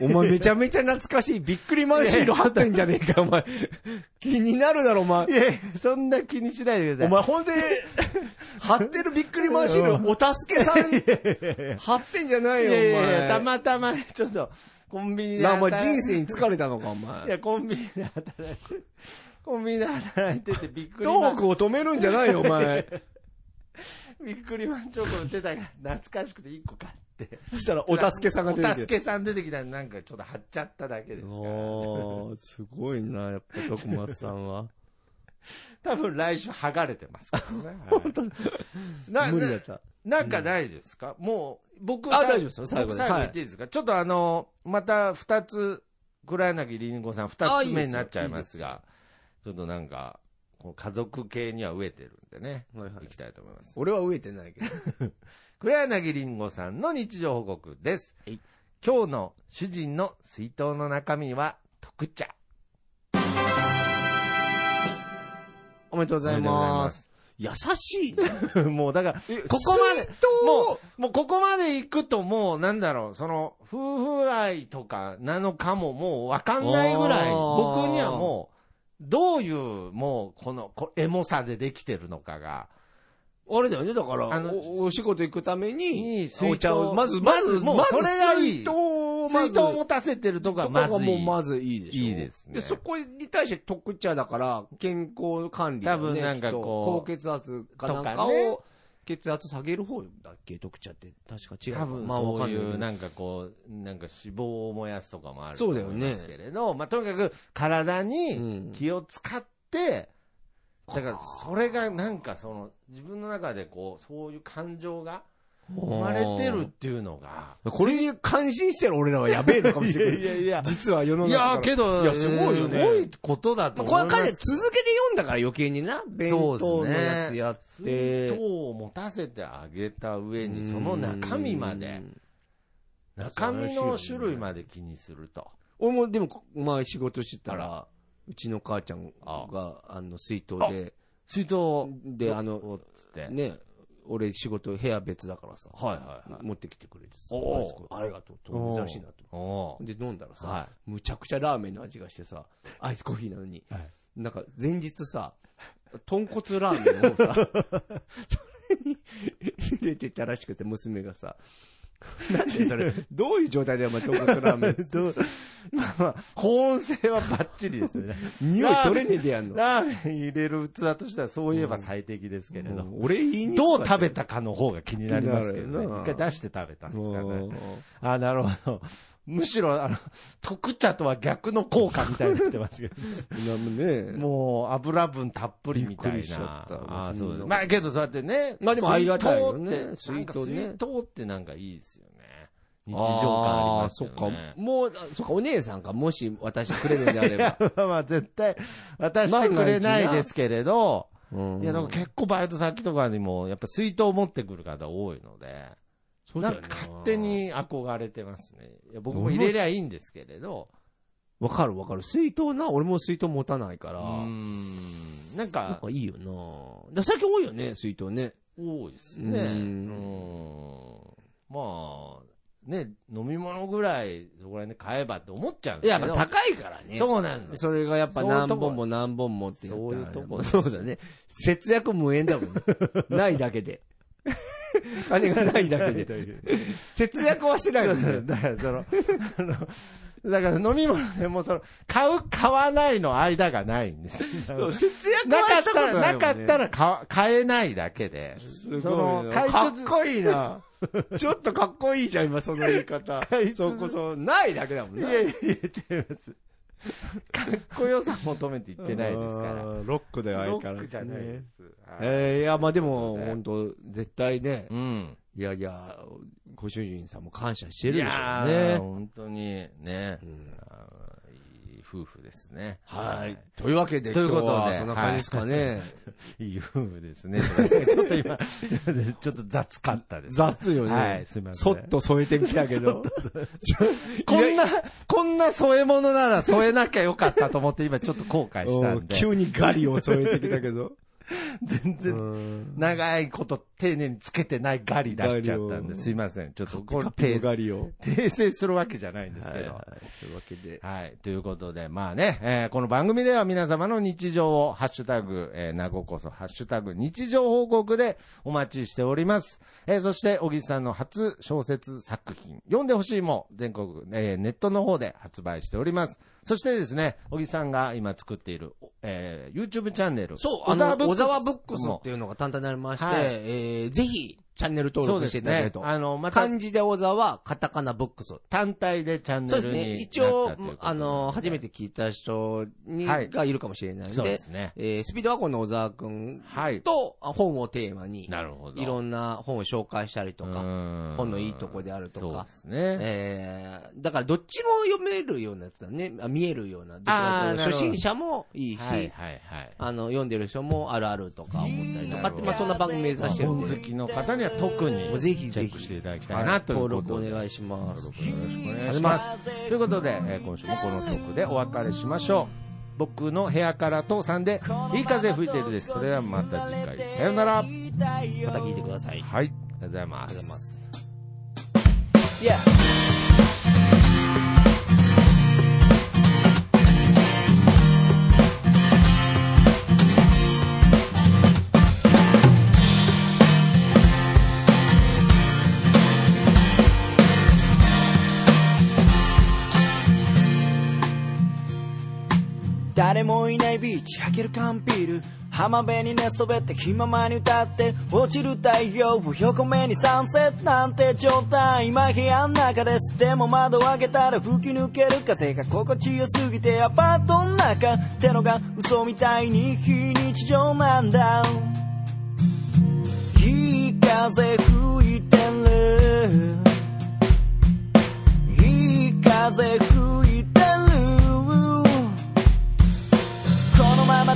[SPEAKER 1] お前めちゃめちゃ懐かしい。びっくりマンシール貼ってんじゃねえか、お 前。気になるだろ、お前
[SPEAKER 2] い。やいやそんな気にしないでくだ
[SPEAKER 1] お
[SPEAKER 2] さい。
[SPEAKER 1] 前ほん で、貼ってるびっくりマンシール、お助けさん、貼ってんじゃないよ、お
[SPEAKER 2] いやいやいや、た
[SPEAKER 1] 前。
[SPEAKER 2] またまね、ちょっと、コンビニで
[SPEAKER 1] な、お前
[SPEAKER 2] 働い
[SPEAKER 1] 人生に疲れたのか、お
[SPEAKER 2] い
[SPEAKER 1] 前。
[SPEAKER 2] や、コンビニで働いて、コンビニで働いててびっくりマ
[SPEAKER 1] 東
[SPEAKER 2] ン
[SPEAKER 1] 北を止めるんじゃないよ、お前。
[SPEAKER 2] びっくりマンチョコ売ってたから、懐かしくて1個買って。
[SPEAKER 1] そしたら、お助けさんが出て
[SPEAKER 2] お
[SPEAKER 1] き
[SPEAKER 2] 助
[SPEAKER 1] て。
[SPEAKER 2] けさん出てきたらなんかちょっと貼っちゃっただけですから。
[SPEAKER 1] おー、すごいな、やっぱ徳松さんは。
[SPEAKER 2] 多分来週剥がれてますからね。はい
[SPEAKER 1] 当だ
[SPEAKER 2] な
[SPEAKER 1] 無理だった。
[SPEAKER 2] ななんかないですか、もう、僕
[SPEAKER 1] あ大丈夫ですよ最後
[SPEAKER 2] 僕
[SPEAKER 1] で
[SPEAKER 2] 最後言っていいですか、ちょっとあの、また二つ、黒柳りんごさん
[SPEAKER 1] あ
[SPEAKER 2] 二
[SPEAKER 1] い
[SPEAKER 2] つ
[SPEAKER 1] いです
[SPEAKER 2] 目
[SPEAKER 1] よ
[SPEAKER 2] になっちゃいますが、ちょっとなんか、こう家族系には飢えてるんでね、
[SPEAKER 1] はいはい
[SPEAKER 2] いきたいと思います。
[SPEAKER 1] 俺は飢えてないけど。
[SPEAKER 2] 黒柳りんごさんの日常報告です。
[SPEAKER 1] はい
[SPEAKER 2] 今日の主人の水筒の中身は特茶。
[SPEAKER 1] おめでとうございます。優しいね。
[SPEAKER 2] もうだから、ここまで
[SPEAKER 1] 水筒
[SPEAKER 2] もう、もうここまで行くともう、なんだろう、その、夫婦愛とかなのかももうわかんないぐらい、
[SPEAKER 1] あー
[SPEAKER 2] 僕にはもう、どういう、もう、この、こエモさでできてるのかが、
[SPEAKER 1] あれだよね、だから、
[SPEAKER 2] あの
[SPEAKER 1] おお仕事行くため
[SPEAKER 2] いい
[SPEAKER 1] に
[SPEAKER 2] 水、筒
[SPEAKER 1] お茶を、まず、まず、
[SPEAKER 2] まずもう
[SPEAKER 1] まず
[SPEAKER 2] それがいい
[SPEAKER 1] 水筒を、まず、
[SPEAKER 2] 水筒を持たせてるとか
[SPEAKER 1] と
[SPEAKER 2] ま
[SPEAKER 1] かが
[SPEAKER 2] ず
[SPEAKER 1] もう
[SPEAKER 2] いい。
[SPEAKER 1] まずいいでしょ。
[SPEAKER 2] いいですね
[SPEAKER 1] そこに対して特茶だから、健康管理だよね
[SPEAKER 2] 多分なんかこう
[SPEAKER 1] きっと高血圧かなんか
[SPEAKER 2] とかね
[SPEAKER 1] を、血圧下げる方だっけ特茶って、確か違うか。
[SPEAKER 2] 多分
[SPEAKER 1] まあ
[SPEAKER 2] そう
[SPEAKER 1] わかん
[SPEAKER 2] い
[SPEAKER 1] なけ
[SPEAKER 2] う、
[SPEAKER 1] ど
[SPEAKER 2] なんかこう、なんか脂肪を燃やすとかもあると
[SPEAKER 1] そう
[SPEAKER 2] 思
[SPEAKER 1] だ
[SPEAKER 2] い
[SPEAKER 1] よね
[SPEAKER 2] ますけれど、まあとにかく体
[SPEAKER 1] うん
[SPEAKER 2] に気を使って、だからそれがなんかその、自分の中でこう、そういう感情が生まれてるっていうのが、
[SPEAKER 1] これに感心してる俺らはやべえのかもしれない。
[SPEAKER 2] いやいやいや
[SPEAKER 1] 実は世の
[SPEAKER 2] い
[SPEAKER 1] 中から。
[SPEAKER 2] やーけど、
[SPEAKER 1] いやすごいよね
[SPEAKER 2] すごいことだと
[SPEAKER 1] まあ
[SPEAKER 2] 思
[SPEAKER 1] これ
[SPEAKER 2] い
[SPEAKER 1] は
[SPEAKER 2] ます。
[SPEAKER 1] 彼続けて読んだから余計にな。弁当のやつやっ
[SPEAKER 2] 水
[SPEAKER 1] て。
[SPEAKER 2] 筒を持たせてあげた上に、その中身まで、中身の種類まで気にすると。
[SPEAKER 1] 俺もでも、前仕事してた
[SPEAKER 2] あ
[SPEAKER 1] ら、うちの母ちゃんが、あの、水筒で、
[SPEAKER 2] 水筒を
[SPEAKER 1] で、あの、
[SPEAKER 2] つって。
[SPEAKER 1] ね、俺仕事部屋別だからさ、
[SPEAKER 2] はいはいはい
[SPEAKER 1] 持ってきてくれてさ、
[SPEAKER 2] お
[SPEAKER 1] あ
[SPEAKER 2] う
[SPEAKER 1] いつこれありがとうと、珍しいなと。
[SPEAKER 2] おー
[SPEAKER 1] で、飲んだらさ、
[SPEAKER 2] は
[SPEAKER 1] むちゃくちゃラーメンの味がしてさ、アイスコーヒーなのに、
[SPEAKER 2] はい
[SPEAKER 1] なんか前日さ、豚骨ラーメンを さ、それに入れてたらしくて、娘がさ、なんでそれ、どういう状態でお前豚骨ラー メンって
[SPEAKER 2] まあまあ、保温性はバッチリで すよね。
[SPEAKER 1] 匂い取れねえでやんの。
[SPEAKER 2] ラーメン入れる器としてはそういえば最適ですけれど。
[SPEAKER 1] 俺言いにく
[SPEAKER 2] どう
[SPEAKER 1] かった
[SPEAKER 2] 食べたかの方が気になりますけど
[SPEAKER 1] 気
[SPEAKER 2] ね
[SPEAKER 1] になる。よな
[SPEAKER 2] 一回出して食べたんですからね。
[SPEAKER 1] うん
[SPEAKER 2] あなるほど。 むしろ、あの、特茶とは逆の効果みたいになっ てますけど。
[SPEAKER 1] なんもね。
[SPEAKER 2] もう、油分たっぷりみたいな。
[SPEAKER 1] びっくりしちゃった
[SPEAKER 2] ああ、
[SPEAKER 1] そんな
[SPEAKER 2] そうです。まあ、けどそうやってね。
[SPEAKER 1] まあでもありがたいよね
[SPEAKER 2] 水筒ってなんか
[SPEAKER 1] 水筒ね
[SPEAKER 2] 水筒ってなんかいいですよね。日常感ありますよね。
[SPEAKER 1] あーそっか。もう、あそっか、お姉さんか、もし私くれるんであれば。
[SPEAKER 2] まあまあ絶対渡してくれないですけれど、
[SPEAKER 1] うん
[SPEAKER 2] いや、でも結構バイト先とかにも、やっぱ水筒持ってくる方多いので、
[SPEAKER 1] そうだ
[SPEAKER 2] な
[SPEAKER 1] よ
[SPEAKER 2] ん
[SPEAKER 1] な
[SPEAKER 2] か勝手。に憧れてますね。いや僕も入れりゃいいんですけれど、
[SPEAKER 1] わかるわかる。水筒な、俺も水筒持たないか
[SPEAKER 2] う
[SPEAKER 1] ら。
[SPEAKER 2] ーん、なん
[SPEAKER 1] なん
[SPEAKER 2] か
[SPEAKER 1] かいいよなだ最近多いよね、水筒ね。
[SPEAKER 2] 多いですね。う
[SPEAKER 1] うん
[SPEAKER 2] ん。まあ、ね、飲み物ぐらい、そこら辺で買えばって思っちゃうん
[SPEAKER 1] い
[SPEAKER 2] です
[SPEAKER 1] や、ま
[SPEAKER 2] けど。
[SPEAKER 1] あ高いからね。
[SPEAKER 2] そうなんです。
[SPEAKER 1] それがやっぱ
[SPEAKER 2] そういう
[SPEAKER 1] 何
[SPEAKER 2] とこ
[SPEAKER 1] 本も何本もってやったら
[SPEAKER 2] そういうとこ
[SPEAKER 1] そうだね。節約無縁だもん ね。ないだけで。金がないだけで。節約はしないもんね。
[SPEAKER 2] だから、その、 あの、だから飲み物でもその、買う、買わないの間がないんです。
[SPEAKER 1] そう、節約
[SPEAKER 2] な
[SPEAKER 1] は
[SPEAKER 2] かっ
[SPEAKER 1] したこと
[SPEAKER 2] た
[SPEAKER 1] ない
[SPEAKER 2] ら、
[SPEAKER 1] もんね。
[SPEAKER 2] なかったら買買えないだけで。
[SPEAKER 1] そ
[SPEAKER 2] そ
[SPEAKER 1] の
[SPEAKER 2] の
[SPEAKER 1] か
[SPEAKER 2] か
[SPEAKER 1] っ
[SPEAKER 2] っ
[SPEAKER 1] こいいな。ちょっとかっこいいじゃん、今その言い方
[SPEAKER 2] 解。
[SPEAKER 1] そ
[SPEAKER 2] 説
[SPEAKER 1] こそ、ないだけだもん
[SPEAKER 2] い
[SPEAKER 1] な。
[SPEAKER 2] やいや、違います。かっこよさ求めて言ってないです か
[SPEAKER 1] あ
[SPEAKER 2] ら。
[SPEAKER 1] ー。ロックだよ、
[SPEAKER 2] ロ
[SPEAKER 1] 相変わ
[SPEAKER 2] ッ
[SPEAKER 1] ら
[SPEAKER 2] ク
[SPEAKER 1] ず
[SPEAKER 2] じゃないで
[SPEAKER 1] ね。
[SPEAKER 2] す。
[SPEAKER 1] えー、いや、まあでも、本当絶対ね、
[SPEAKER 2] うん。
[SPEAKER 1] いやいや、ご主人さんも感謝してる
[SPEAKER 2] い
[SPEAKER 1] でしょ
[SPEAKER 2] や
[SPEAKER 1] う
[SPEAKER 2] ー
[SPEAKER 1] ね。
[SPEAKER 2] 本当にね
[SPEAKER 1] う、ん
[SPEAKER 2] あーいい夫婦ですね。
[SPEAKER 1] はい。というわけで、
[SPEAKER 2] ということで
[SPEAKER 1] 今日はそんな感じですかね。
[SPEAKER 2] いい夫婦ですね。ちょっと今、 すいませんちょっと雑かったです。
[SPEAKER 1] 雑よね。
[SPEAKER 2] はい、すみません。
[SPEAKER 1] そっと添えてみたけ ど。
[SPEAKER 2] こんな、こんな添え物なら添えなきゃよかったと思って今ちょっと後悔し
[SPEAKER 1] う
[SPEAKER 2] た
[SPEAKER 1] んん
[SPEAKER 2] で。
[SPEAKER 1] 急にガリを添えてきたけ ど。
[SPEAKER 2] 全
[SPEAKER 1] う
[SPEAKER 2] 然、
[SPEAKER 1] ん
[SPEAKER 2] 長いこと丁寧につけてないガリ出しちゃった
[SPEAKER 1] ガ
[SPEAKER 2] ん
[SPEAKER 1] リを
[SPEAKER 2] で、すいません。ちょっと
[SPEAKER 1] カ
[SPEAKER 2] これ
[SPEAKER 1] ップの
[SPEAKER 2] 訂
[SPEAKER 1] ガリを。
[SPEAKER 2] 訂正するわけじゃないんですけど。
[SPEAKER 1] はいはいというわけで。
[SPEAKER 2] はい。ということで、まあね、えーこの番組では皆様の日常を、ハッシュタグ、えー、なごこそ、ハッシュタグ、日常報告でお待ちしております。えーそして、小木さんの初小説作品、読んでほしいも、全国、えーネットの方で発売しております。そしてですね、小木さんが今作っている、えー YouTube チャンネル、
[SPEAKER 1] そう、あの、小沢ブックス
[SPEAKER 2] も
[SPEAKER 1] っていうのが単体になりまして、
[SPEAKER 2] はい
[SPEAKER 1] えーぜひ、チャンネル登
[SPEAKER 2] そう
[SPEAKER 1] 録
[SPEAKER 2] で
[SPEAKER 1] して
[SPEAKER 2] す
[SPEAKER 1] いただける
[SPEAKER 2] ね。
[SPEAKER 1] と。
[SPEAKER 2] あの、また
[SPEAKER 1] 漢字で小沢、カタカナブックス。
[SPEAKER 2] 単体でチャンネ
[SPEAKER 1] そうで
[SPEAKER 2] ル
[SPEAKER 1] す
[SPEAKER 2] に
[SPEAKER 1] ね。
[SPEAKER 2] なった
[SPEAKER 1] 一
[SPEAKER 2] ということ
[SPEAKER 1] 応
[SPEAKER 2] なので。、
[SPEAKER 1] あの、初めて聞いた人に、
[SPEAKER 2] はい
[SPEAKER 1] がいるかもしれないん
[SPEAKER 2] そう
[SPEAKER 1] で、
[SPEAKER 2] ですね。
[SPEAKER 1] えースピードワゴンの小沢くん
[SPEAKER 2] はい。
[SPEAKER 1] とあ本をテーマに、
[SPEAKER 2] なるほど。
[SPEAKER 1] いろんな本を紹介したりとか、
[SPEAKER 2] か
[SPEAKER 1] 本のいいとこであると
[SPEAKER 2] そう
[SPEAKER 1] か
[SPEAKER 2] で、すね。
[SPEAKER 1] えーだからどっちも読めるようなやつだね。あ見えるような。どちらかというと
[SPEAKER 2] あーなるほど
[SPEAKER 1] 初心者もいいし、
[SPEAKER 2] はいはいはい。
[SPEAKER 1] あの、読んでる人もあるあるとか思ったりとかって、
[SPEAKER 2] うん
[SPEAKER 1] まあそんな番組目指してるん
[SPEAKER 2] 本
[SPEAKER 1] で。
[SPEAKER 2] 好きの方には特
[SPEAKER 1] もう
[SPEAKER 2] に
[SPEAKER 1] ぜひぜひ
[SPEAKER 2] チェックしていただきたいなということ
[SPEAKER 1] 登
[SPEAKER 2] で。
[SPEAKER 1] 録お願いします。
[SPEAKER 2] よろしくお願いします。ということで、えー今週もこの曲でお別れしましょう。僕の部屋から父さんで、いい風吹いてるです。それではまた次回、さよなら。はい、
[SPEAKER 1] また聞いてください。
[SPEAKER 2] ありがとうございます。
[SPEAKER 3] Yeah.「誰もいないビーチ開ける缶ビール」「浜辺に寝そべって気ままに歌って」「落ちる太陽を横目にサンセットなんて状態」「今部屋の中です」「でも窓を開けたら吹き抜ける風が心地よすぎて」「アパートの中ってのが嘘みたいに非日常なんだ」「いい風吹いてる」「いい風吹いてる」このまま